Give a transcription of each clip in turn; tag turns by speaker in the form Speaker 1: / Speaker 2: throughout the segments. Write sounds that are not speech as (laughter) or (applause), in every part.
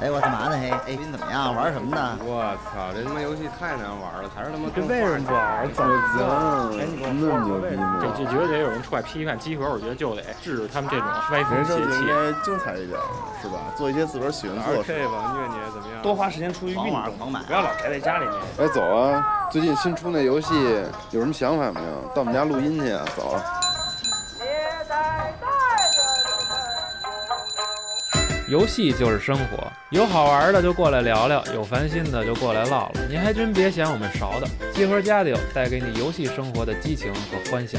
Speaker 1: 哎，我干嘛呢？嘿，哎，你怎么样？玩什么呢？
Speaker 2: 我操，这他妈游戏太难玩了，还是他妈
Speaker 3: 这为什么不玩？怎么
Speaker 4: 我
Speaker 3: 哎你给我说
Speaker 4: 操，那么
Speaker 3: 说
Speaker 4: 牛
Speaker 3: 为
Speaker 4: 逼
Speaker 3: 什
Speaker 4: 吗
Speaker 3: 么？
Speaker 5: 这就觉得得有人出来批判集合，我觉得就得制止他们这种歪风
Speaker 4: 人生
Speaker 5: 邪
Speaker 4: 就应
Speaker 5: 气。
Speaker 4: 该精彩一点，是吧？做一些自个儿喜欢做的事。
Speaker 3: 这吧，虐你怎么样？
Speaker 2: 多花时间出去运
Speaker 1: 狂玩
Speaker 2: 动，
Speaker 1: 狂买
Speaker 2: 不要老宅在家里面。
Speaker 4: 哎，走啊！最近新出那游戏有什么想法没有？到我们家录音去啊！走啊。
Speaker 6: 游戏就是生活，有好玩的就过来聊聊，有烦心的就过来唠唠。您还真别嫌我们勺的，集合家里有带给你游戏生活的激情和欢笑。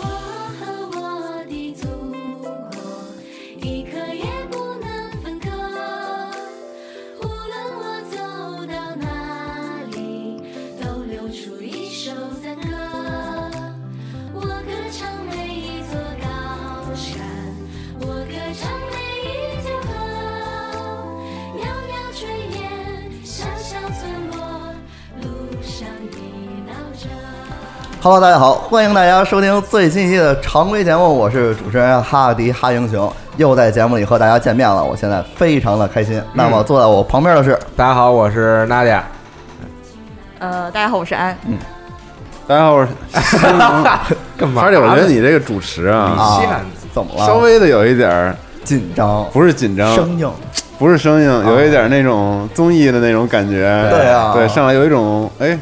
Speaker 7: 我和我的祖国，一刻也不能分割。无论我走到哪里，都流出一首赞歌。我歌唱每一座高山，我歌唱每一条河。袅袅炊烟，小小村落，路上一道辙。
Speaker 1: Hello，大家好，欢迎大家收听最新一期的常规节目，我是主持人哈迪哈英雄，又在节目里和大家见面了，我现在非常的开
Speaker 4: 嗯
Speaker 1: 心。那么坐在我旁边的是，
Speaker 8: 大家好，我是娜姐。
Speaker 9: 呃，大家好，我是安。
Speaker 4: 大家好，我是
Speaker 8: 干
Speaker 4: 而且我觉得你这个主持啊，
Speaker 1: 啊
Speaker 8: 稀罕，
Speaker 1: 怎么了？
Speaker 4: 稍微的嗯有一点儿
Speaker 1: 紧张，
Speaker 4: 不是紧张，
Speaker 1: 生硬，
Speaker 4: 不是生硬，有一点那种综艺的那种感觉。
Speaker 1: 对啊
Speaker 4: 对，上来有一种哎，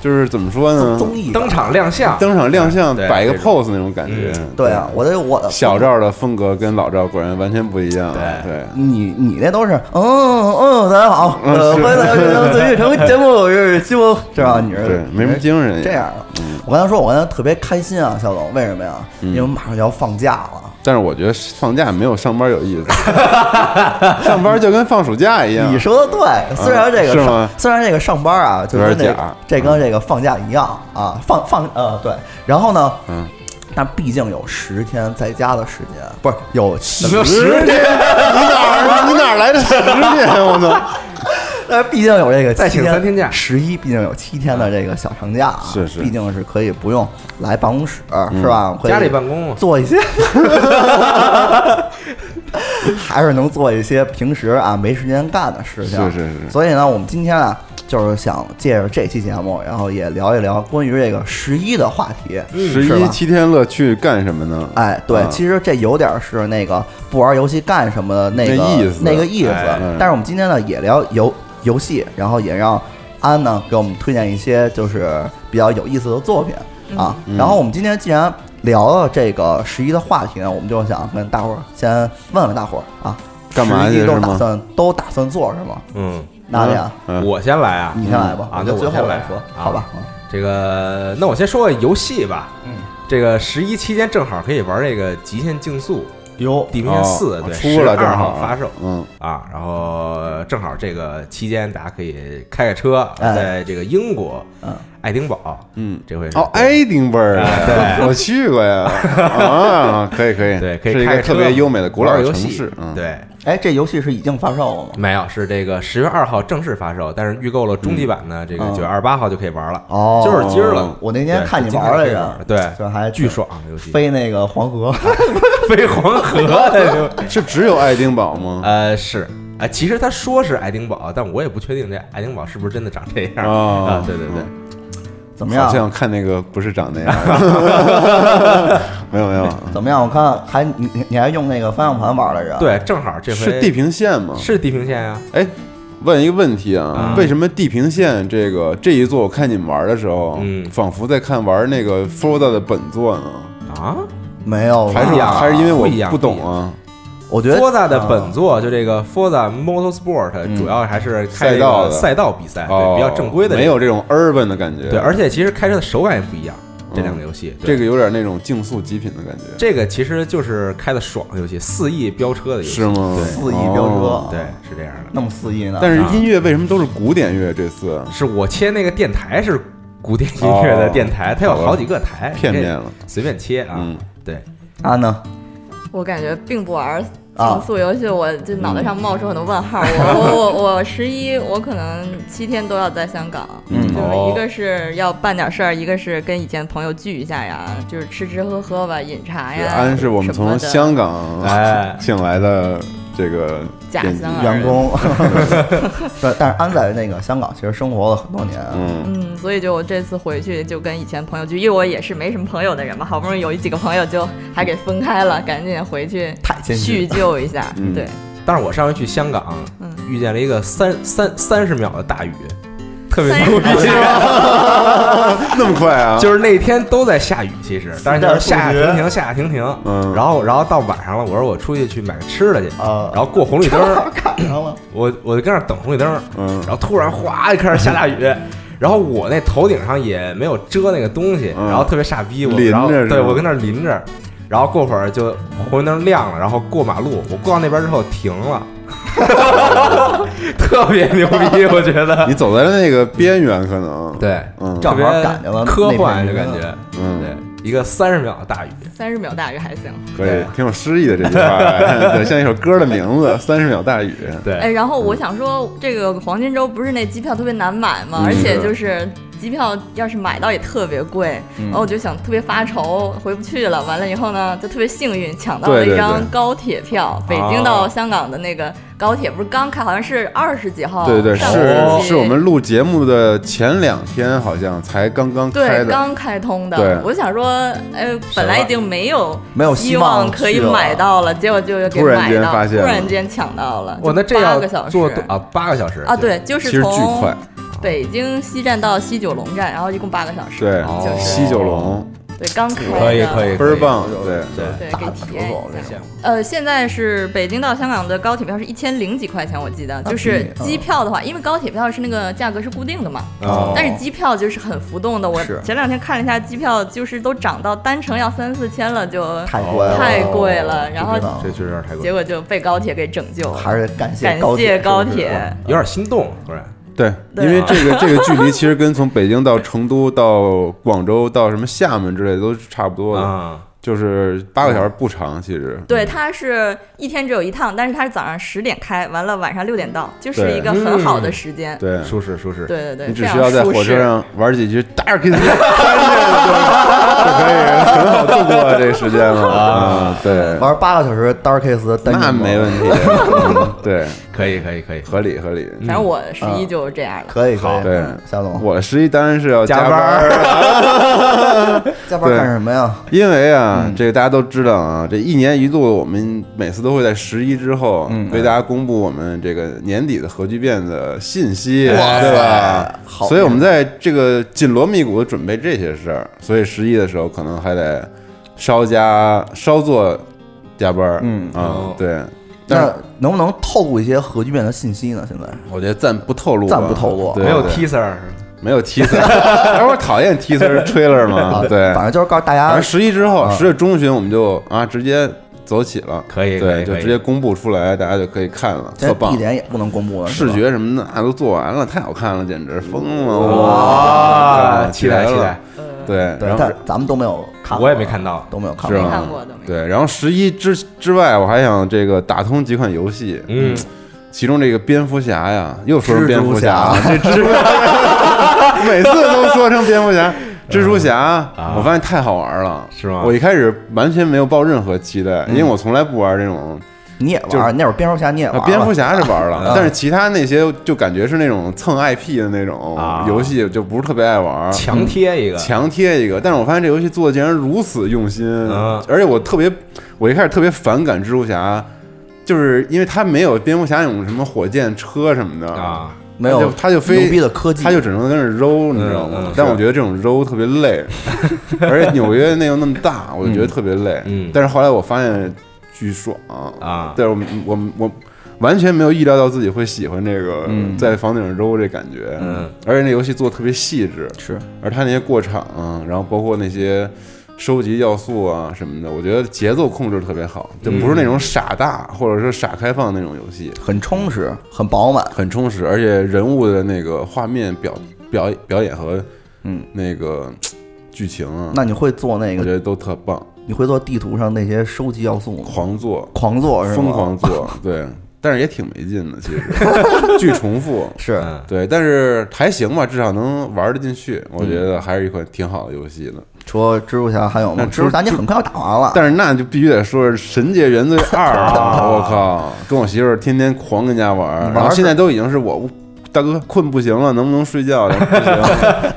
Speaker 4: 就是怎么说呢？
Speaker 1: 综艺感
Speaker 8: 登。场亮相，
Speaker 4: 登场亮相，
Speaker 8: 对
Speaker 4: 摆个
Speaker 8: 这种
Speaker 4: pose 那种感觉。
Speaker 1: 对啊，我得我的
Speaker 4: 小赵的风格跟老赵果然完全不一样。啊对，
Speaker 1: 你你那都是嗯嗯，大家好，
Speaker 4: 嗯
Speaker 1: 呃，
Speaker 4: 是嗯
Speaker 1: 欢迎大家收听最新常规节目，
Speaker 4: (laughs)
Speaker 1: 我是西蒙，是吧？你是
Speaker 4: 对，没什么精神。
Speaker 1: 这样的。我刚才说，我刚才特别开心啊，肖总，为什么呀？因为我们马上就要放假了。
Speaker 4: 但是我觉得放假没有上班有意
Speaker 1: (laughs)
Speaker 4: 思，上班就跟放暑假一样。
Speaker 1: 你说的对，虽然这个
Speaker 4: 是
Speaker 1: 上，
Speaker 4: 吗
Speaker 1: 虽然这个上班啊，就
Speaker 4: 有
Speaker 1: 跟这
Speaker 4: 点
Speaker 1: 个
Speaker 4: 假
Speaker 1: 这跟这个放假一样啊，放放呃对，然后呢，
Speaker 4: 嗯，
Speaker 1: 但毕竟有十天在家的时间，不是有七
Speaker 8: 么时
Speaker 4: 天？你哪儿你哪儿来的十
Speaker 1: (laughs)
Speaker 4: 天？我操！
Speaker 1: 但呃是毕竟有这个
Speaker 8: 再
Speaker 1: 七
Speaker 8: 请三天假
Speaker 1: 十一毕竟有七天的这个小长假、啊，
Speaker 4: 是是
Speaker 1: 毕竟是可以不用来办公室，是吧？可以
Speaker 8: 家里办公嘛
Speaker 1: 做一些， (laughs) 还是能做一些平时啊没时间干的事情。
Speaker 4: 是是是
Speaker 1: 所以呢，我们今天啊，就是想借着这期节目，然后也聊一聊关于这个十一的话题。
Speaker 4: 嗯十
Speaker 1: 是
Speaker 4: 一
Speaker 1: 吧
Speaker 4: 七天乐趣干什么呢？
Speaker 1: 哎，对，
Speaker 4: 啊
Speaker 1: 其实这有点是那个不玩游戏干什么的那个
Speaker 4: 那意思
Speaker 1: 那个意思。
Speaker 4: 哎嗯
Speaker 1: 但是我们今天呢也聊游游戏，然后也让安呢给我们推荐一些就是比较有意思的作品啊。然后我们今天既然聊了这个十一的话题呢，我们就想跟大伙儿先问问大伙儿啊，
Speaker 4: 干嘛去
Speaker 1: 十一
Speaker 4: 是
Speaker 1: 都
Speaker 4: 吗
Speaker 1: 打算都打算做什么？
Speaker 8: 嗯，
Speaker 1: 娜姐啊，
Speaker 4: 嗯
Speaker 8: 我先来啊，
Speaker 1: 你先来吧，
Speaker 8: 啊，
Speaker 1: 我
Speaker 8: 那
Speaker 1: 就最后
Speaker 8: 先
Speaker 1: 来
Speaker 8: 来啊
Speaker 1: 说，好吧？？嗯
Speaker 8: 这个，那我先说个游戏吧。嗯，这个十一期间正好可以玩这个《极限竞速》
Speaker 1: 哟，
Speaker 8: 地平线四，
Speaker 4: 哦
Speaker 8: 对，
Speaker 4: 出了正
Speaker 8: 12号
Speaker 4: 好
Speaker 8: 发售
Speaker 4: 嗯，
Speaker 8: 啊。然后正好这个期间，大家可以开开车，
Speaker 1: 哎
Speaker 8: 在这个英国
Speaker 1: 嗯
Speaker 8: 爱丁堡，
Speaker 4: 嗯
Speaker 8: 这回是
Speaker 4: 哦，爱丁堡啊，我去
Speaker 8: (laughs)
Speaker 4: 过呀，啊，可以可以，
Speaker 8: 对，可以
Speaker 4: 是一
Speaker 8: 开
Speaker 4: 个
Speaker 8: 着车
Speaker 4: 特别优美的古老
Speaker 8: 玩
Speaker 4: 的
Speaker 8: 游
Speaker 4: 城
Speaker 8: 戏
Speaker 4: 市，嗯，，
Speaker 8: 对，
Speaker 1: 哎，这游戏是已经发售了吗？
Speaker 8: 没有，是这个十月二号正式发售，但是预购了终极版呢，这个
Speaker 1: 嗯
Speaker 8: 九月二十八号就可以玩了，
Speaker 1: 哦
Speaker 8: 就是今儿了。
Speaker 1: 我那天
Speaker 8: 对
Speaker 1: 看你
Speaker 8: 今
Speaker 1: 玩来
Speaker 8: 可以玩
Speaker 1: 着
Speaker 8: 了，对，
Speaker 1: 就还
Speaker 8: 巨爽游戏，
Speaker 1: 飞那个黄河。
Speaker 8: (laughs) 飞
Speaker 4: (laughs)
Speaker 8: 黄河的，
Speaker 4: 是只有爱丁堡吗？
Speaker 8: 呃，是，啊，其实他说是爱丁堡，但我也不确定这爱丁堡是不是真的长这样
Speaker 4: 哦
Speaker 8: 啊？对对对，
Speaker 1: 怎么样
Speaker 4: 好？像看那个不是长那样， (laughs) 没有没有，
Speaker 1: 怎么样？我看还你你你还用那个方向盘玩来着？，
Speaker 8: 对，正好这回
Speaker 4: 是地平线吗？
Speaker 8: 是地平线啊，
Speaker 4: 哎，问一个问题啊，为什么地平线这个这一座我看你们玩的时候，
Speaker 8: 嗯
Speaker 4: 仿佛在看玩那个 Forza 的本作呢？
Speaker 8: 啊，
Speaker 1: 没有吧，
Speaker 4: 还是
Speaker 8: 一样啊
Speaker 4: 还是因为我
Speaker 8: 不一样
Speaker 4: 不懂啊？
Speaker 1: 我觉得
Speaker 8: Forza
Speaker 4: 哦
Speaker 8: 的
Speaker 1: 啊
Speaker 8: 本作就这个 Forza Motorsport 主要还是开这
Speaker 4: 嗯赛道
Speaker 8: 个
Speaker 4: 的
Speaker 8: 赛道比赛，
Speaker 4: 哦
Speaker 8: 哎对，比较正规的这个，
Speaker 4: 没有这种 urban 的感觉。
Speaker 8: 对，而且其实开车的手感也不一样。这两个游戏。对
Speaker 4: 这个有点那种竞速极品的感觉，
Speaker 8: 这个其实就是开的爽的游戏，四亿飙车的游戏
Speaker 4: 是吗？
Speaker 8: 对
Speaker 1: 四亿飙
Speaker 4: 哦
Speaker 1: 车，
Speaker 8: 对，是这样的。
Speaker 1: 那么四亿呢？
Speaker 4: 但是音乐为什么都是古典乐？这次
Speaker 8: 是我切那个电台是古典音乐的电台，它有好几个台，
Speaker 4: 哦片面了，
Speaker 8: 你可以随便切啊。
Speaker 4: 嗯，
Speaker 8: 对，
Speaker 1: 安呢？
Speaker 9: 我感觉并不玩
Speaker 1: 啊
Speaker 9: 竞速游戏，我这脑袋上冒出很多问号。
Speaker 4: 嗯
Speaker 9: 我我我我十一，我可能七天都要在香港，
Speaker 4: 嗯
Speaker 9: 就是
Speaker 8: 哦
Speaker 9: 一个是要办点事儿，一个是跟以前朋友聚一下呀，就是吃吃喝喝吧，饮茶呀。
Speaker 4: 安是我们从香港
Speaker 8: 哎
Speaker 4: 请来的
Speaker 8: (laughs)
Speaker 4: 这个
Speaker 9: 假
Speaker 4: 编辑
Speaker 9: 香啊港
Speaker 1: 员工， (laughs) 对，但是安在那个香港其实生活了很多年，啊
Speaker 4: 嗯，
Speaker 9: 嗯，所以就我这次回去就跟以前朋友聚，因为我也是没什么朋友的人嘛，好不容易有几个朋友就还给分开了，赶紧回去
Speaker 1: 太谦
Speaker 9: 叙
Speaker 1: 虚。
Speaker 9: 旧一下。
Speaker 4: 嗯
Speaker 9: 对，
Speaker 8: 但是我上回去香港
Speaker 9: 嗯，
Speaker 8: 遇见了一个三三三十秒的大雨，特别
Speaker 9: 三
Speaker 8: 牛
Speaker 9: 十
Speaker 8: 逼，
Speaker 4: (laughs)
Speaker 8: (laughs)
Speaker 4: 那么快啊？
Speaker 8: 就是那天都在下雨，其实，但是就是下下停停，下下停停。
Speaker 4: 嗯
Speaker 8: 然后，然后到晚上了，我说我出去去买个吃的去，
Speaker 1: 啊
Speaker 8: 然后过红绿
Speaker 4: (laughs)
Speaker 8: 灯儿，
Speaker 1: 赶上了，
Speaker 8: 我我就跟那儿等红绿灯儿，
Speaker 4: 嗯
Speaker 8: 然后突然哗就开始下大雨，然后我那头顶上也没有遮那个东西，
Speaker 4: 嗯
Speaker 8: 然后特别傻逼，我
Speaker 4: 淋着
Speaker 8: 然后
Speaker 4: 是吧
Speaker 8: 对我跟那儿淋着，然后过会儿就红绿灯亮了，然后过马路，我过到那边之后停
Speaker 4: (laughs)
Speaker 8: 了，特别牛逼，我觉得，
Speaker 4: 你走在了那个边缘，可能，
Speaker 8: 对，
Speaker 4: 嗯
Speaker 1: 正
Speaker 8: 特
Speaker 1: 好
Speaker 8: 别
Speaker 1: 赶见了
Speaker 8: 科幻
Speaker 1: 那
Speaker 8: 就
Speaker 1: 片
Speaker 8: 感
Speaker 1: 云
Speaker 8: 觉，对
Speaker 4: 嗯，，
Speaker 8: 一个三十秒的大雨，
Speaker 9: 三十秒大约还行。
Speaker 4: 可以，挺有诗意的这句话，
Speaker 8: (laughs)
Speaker 4: 哎对，像一首歌的名字《三十秒大雨》。
Speaker 9: 哎，
Speaker 8: 对，
Speaker 9: 然后
Speaker 4: 嗯
Speaker 9: 我想说，这个黄金周不是那机票特别难买吗？
Speaker 4: 嗯
Speaker 9: 而且就是机票要是买到也特别贵，
Speaker 4: 嗯
Speaker 9: 然后我就想特别发愁，回不去了。完了以后呢，就特别幸运抢到了
Speaker 4: 对对哦
Speaker 9: 一张
Speaker 4: 对
Speaker 9: 高铁票，北京到香港的那个高铁不是刚开，好像是二十几号，
Speaker 4: 对对，
Speaker 9: 哦上个
Speaker 4: 是
Speaker 9: 星期
Speaker 4: 是我们录节目的前两天，好像才刚刚开
Speaker 9: 对
Speaker 4: 的。
Speaker 9: 刚开通
Speaker 4: 对
Speaker 9: 的。我想说，哎，本来已经没有
Speaker 1: 没有希
Speaker 9: 希
Speaker 1: 望
Speaker 9: 望可以
Speaker 1: 去了
Speaker 9: 买到了，结果就给
Speaker 4: 突然
Speaker 9: 买
Speaker 4: 间
Speaker 9: 到，
Speaker 4: 发现
Speaker 9: 突
Speaker 4: 了
Speaker 9: 然间抢到了，
Speaker 8: 我那
Speaker 9: 就
Speaker 8: 这
Speaker 9: 八
Speaker 8: 要
Speaker 9: 个小时
Speaker 8: 坐多啊八个小时
Speaker 9: 啊，对，就
Speaker 4: 其
Speaker 9: 是
Speaker 4: 实巨
Speaker 9: 从
Speaker 4: 快，
Speaker 9: 北京西站到西九龙站，然后一共八个小时。
Speaker 4: 对，
Speaker 8: 就是
Speaker 4: 西九龙
Speaker 9: 对，刚开的
Speaker 8: 可以可以
Speaker 4: 倍儿棒，对，
Speaker 9: 对，
Speaker 1: 大
Speaker 9: 给
Speaker 1: 打
Speaker 9: 体
Speaker 1: 折
Speaker 9: 验
Speaker 1: 扣
Speaker 9: 一
Speaker 1: 这
Speaker 9: 下
Speaker 1: 种。
Speaker 9: 呃，现在是北京到香港的高铁票是一千零几块钱，我记得，
Speaker 1: 那比
Speaker 9: 就是
Speaker 1: 你
Speaker 9: 机
Speaker 1: 嗯
Speaker 9: 票的话，因为高铁票是那个价格是固定的嘛，
Speaker 8: 哦
Speaker 9: 但是机票就是很浮动的。我
Speaker 1: 是
Speaker 9: 前两天看了一下，机票就是都涨到单程要三四千了，就
Speaker 1: 太贵了，
Speaker 9: 太贵了然后
Speaker 1: 不知道
Speaker 8: 这确实有点太贵
Speaker 9: 结，果就被高铁给拯救了，
Speaker 1: 还是感谢
Speaker 9: 感
Speaker 1: 高
Speaker 9: 谢
Speaker 1: 铁，
Speaker 9: 高
Speaker 1: 是不是
Speaker 9: 铁。
Speaker 8: 有点心动，突然，
Speaker 4: 对，
Speaker 9: 对啊
Speaker 4: 因为这个这个
Speaker 9: (laughs)
Speaker 4: 距离其实跟从北京到成都、到广州、到什么厦门之类的都是差不多的，
Speaker 8: 啊，
Speaker 4: 就是八个小时不长，其实。
Speaker 9: 对，它是一天只有一趟，但是它是早上十点开，完了晚上六点到，就是
Speaker 4: 对
Speaker 9: 一个很好的
Speaker 8: 嗯
Speaker 9: 时间。
Speaker 4: 对，
Speaker 8: 舒适舒适，
Speaker 9: 对对对，
Speaker 4: 你只
Speaker 9: 非
Speaker 4: 需
Speaker 9: 常
Speaker 4: 要在
Speaker 9: 舒
Speaker 4: 火
Speaker 9: 适
Speaker 4: 车上玩几句 Dark is 就可以很好度过这时间了啊。对，
Speaker 1: 玩八个小时 Dark Kiss 单
Speaker 4: 那
Speaker 1: 人
Speaker 4: 没问
Speaker 1: 题，
Speaker 4: 题，嗯对，
Speaker 8: 可以可以可以，
Speaker 4: 合理合理。
Speaker 9: 反正我十一就是这样了。
Speaker 1: 可以可以。
Speaker 4: 对
Speaker 1: 夏总，
Speaker 4: 我十一当然是要
Speaker 8: 加
Speaker 4: 班
Speaker 8: 班
Speaker 4: 儿，
Speaker 1: 加班
Speaker 4: 对
Speaker 1: 干什么呀？
Speaker 4: 因为啊，这个大家都知道啊，这一年一度我们每次都会在十一之后
Speaker 1: 嗯
Speaker 4: 为大家公布我们这个年底的核聚变的信息，
Speaker 1: 哇
Speaker 4: 对吧
Speaker 1: 塞？好
Speaker 4: 所以我们在这个紧锣密鼓的准备这些事儿，所以十一的时候可能还得稍加稍做加班儿，
Speaker 1: 嗯
Speaker 4: 啊
Speaker 8: 哦，
Speaker 4: 对。但
Speaker 1: 那
Speaker 4: 是
Speaker 1: 能不能透露一些核聚变的信息呢？现在
Speaker 4: 我觉得暂不透露吧，啊
Speaker 1: 暂不透露
Speaker 4: 对
Speaker 8: 没有
Speaker 4: 对
Speaker 8: teaser
Speaker 4: 没有 teaser，而 (laughs) 我讨厌 teaser trailer 嘛，啊对，
Speaker 1: 反正就是告诉大
Speaker 4: 反
Speaker 1: 家
Speaker 4: 正，十一之后，
Speaker 1: 啊
Speaker 4: 十月中旬我们就啊直接走起了，
Speaker 8: 可以可
Speaker 4: 对，
Speaker 8: 以
Speaker 4: 就
Speaker 8: 可以
Speaker 4: 直接公布出来，大家就可以看了，
Speaker 1: 现
Speaker 4: 特
Speaker 1: 在
Speaker 4: 棒
Speaker 1: 地。点也不能公布了，是
Speaker 4: 视
Speaker 1: 吧
Speaker 4: 觉什么的，那哎都做完了，太好看了，简直疯了！
Speaker 8: 哇
Speaker 4: 哇，
Speaker 8: 啊期待期待，
Speaker 9: 呃，
Speaker 4: 对，
Speaker 1: 对
Speaker 4: 然，后
Speaker 1: 但咱们都没有看，
Speaker 8: 我也没看到，
Speaker 1: 都没有看
Speaker 4: 是
Speaker 1: 过。
Speaker 9: 没
Speaker 4: 吗
Speaker 9: 看过都没看？过
Speaker 4: 对，然后十一之之外，我还想这个打通几款游戏，
Speaker 8: 嗯，
Speaker 4: 其中这个蝙蝠侠呀，又说成
Speaker 1: 蜘
Speaker 4: 蝙
Speaker 1: 蛛
Speaker 4: 蝠侠了，
Speaker 1: 侠
Speaker 4: 这蜘蛛
Speaker 1: (laughs)
Speaker 4: 每次都说成蝙蝠侠。蜘蛛侠，我发现太好玩了，
Speaker 8: 嗯啊是吗嗯
Speaker 4: 我一开始完全没有抱任何期待，因为我从来不玩这种。
Speaker 1: 你也
Speaker 4: 就是
Speaker 1: 玩那会儿蝙蝠侠，你也
Speaker 4: 啊
Speaker 1: 玩，
Speaker 4: 蝙蝠侠是
Speaker 8: (laughs)
Speaker 4: 玩
Speaker 1: 啊
Speaker 4: 了，但是其他那些就感觉是那种蹭 IP 的那种
Speaker 8: 啊
Speaker 4: 游戏，就不是特别爱玩。
Speaker 8: 强贴一个，
Speaker 4: 啊强贴一个，但是我发现这游戏做的竟然如此用心
Speaker 8: 啊，
Speaker 4: 而且我特别，我一开始特别反感蜘蛛侠，就是因为他没有蝙蝠侠那种什么火箭车什么的，
Speaker 8: 啊，
Speaker 1: 没
Speaker 4: 他
Speaker 1: 有
Speaker 4: 就他就非
Speaker 1: 牛逼的科技，
Speaker 4: 他就只能跟着揉，你知道
Speaker 8: 嗯
Speaker 4: 吗
Speaker 8: 嗯？
Speaker 4: 但
Speaker 8: 是
Speaker 4: 我觉得这种揉特别
Speaker 8: (laughs)
Speaker 4: 累，而且纽约那又那么大，我就觉得特别累。
Speaker 8: 嗯
Speaker 4: 但是后来我发现巨爽
Speaker 8: 啊
Speaker 4: 但是我们我们我完全没有意料到自己会喜欢这个
Speaker 1: 嗯
Speaker 4: 在房顶上揉这感觉，
Speaker 8: 嗯，
Speaker 4: 而且那游戏做得特别细致，
Speaker 1: 是
Speaker 4: 而它那些过场啊，然后包括那些收集要素啊什么的，我觉得节奏控制得特别好，就不是
Speaker 1: 嗯
Speaker 4: 那种傻大或者说傻开放那种游戏，
Speaker 1: 很充实，很饱满，
Speaker 4: 很充实，而且人物的那个画面表表表演和
Speaker 1: 嗯，
Speaker 4: 那个嘖剧情啊，
Speaker 1: 那你会做那
Speaker 4: 我觉
Speaker 1: 个？
Speaker 4: 得都特棒，
Speaker 1: 你会做地图上那些收集要素吗？
Speaker 4: 狂做，
Speaker 1: 狂做是吗？
Speaker 4: 疯狂
Speaker 1: (laughs)
Speaker 4: 做，对，但是也挺没劲的，其实巨重复。
Speaker 1: 是
Speaker 8: 嗯
Speaker 4: 对，但是还行吧，至少能玩得进去。我觉得还是一款挺好的游戏的。
Speaker 1: 除了蜘蛛侠还有吗？
Speaker 4: 那
Speaker 1: 蜘蛛侠你很快要打完了，
Speaker 4: 但是那就必须得说是《神界原罪二》
Speaker 1: (laughs)
Speaker 4: 啊！我靠，跟我媳妇儿天天狂跟家玩儿，
Speaker 1: 玩
Speaker 4: 然后现
Speaker 1: 是
Speaker 4: 在都已经是我大哥困不行了，能不能睡觉？不
Speaker 1: (laughs)
Speaker 4: 行，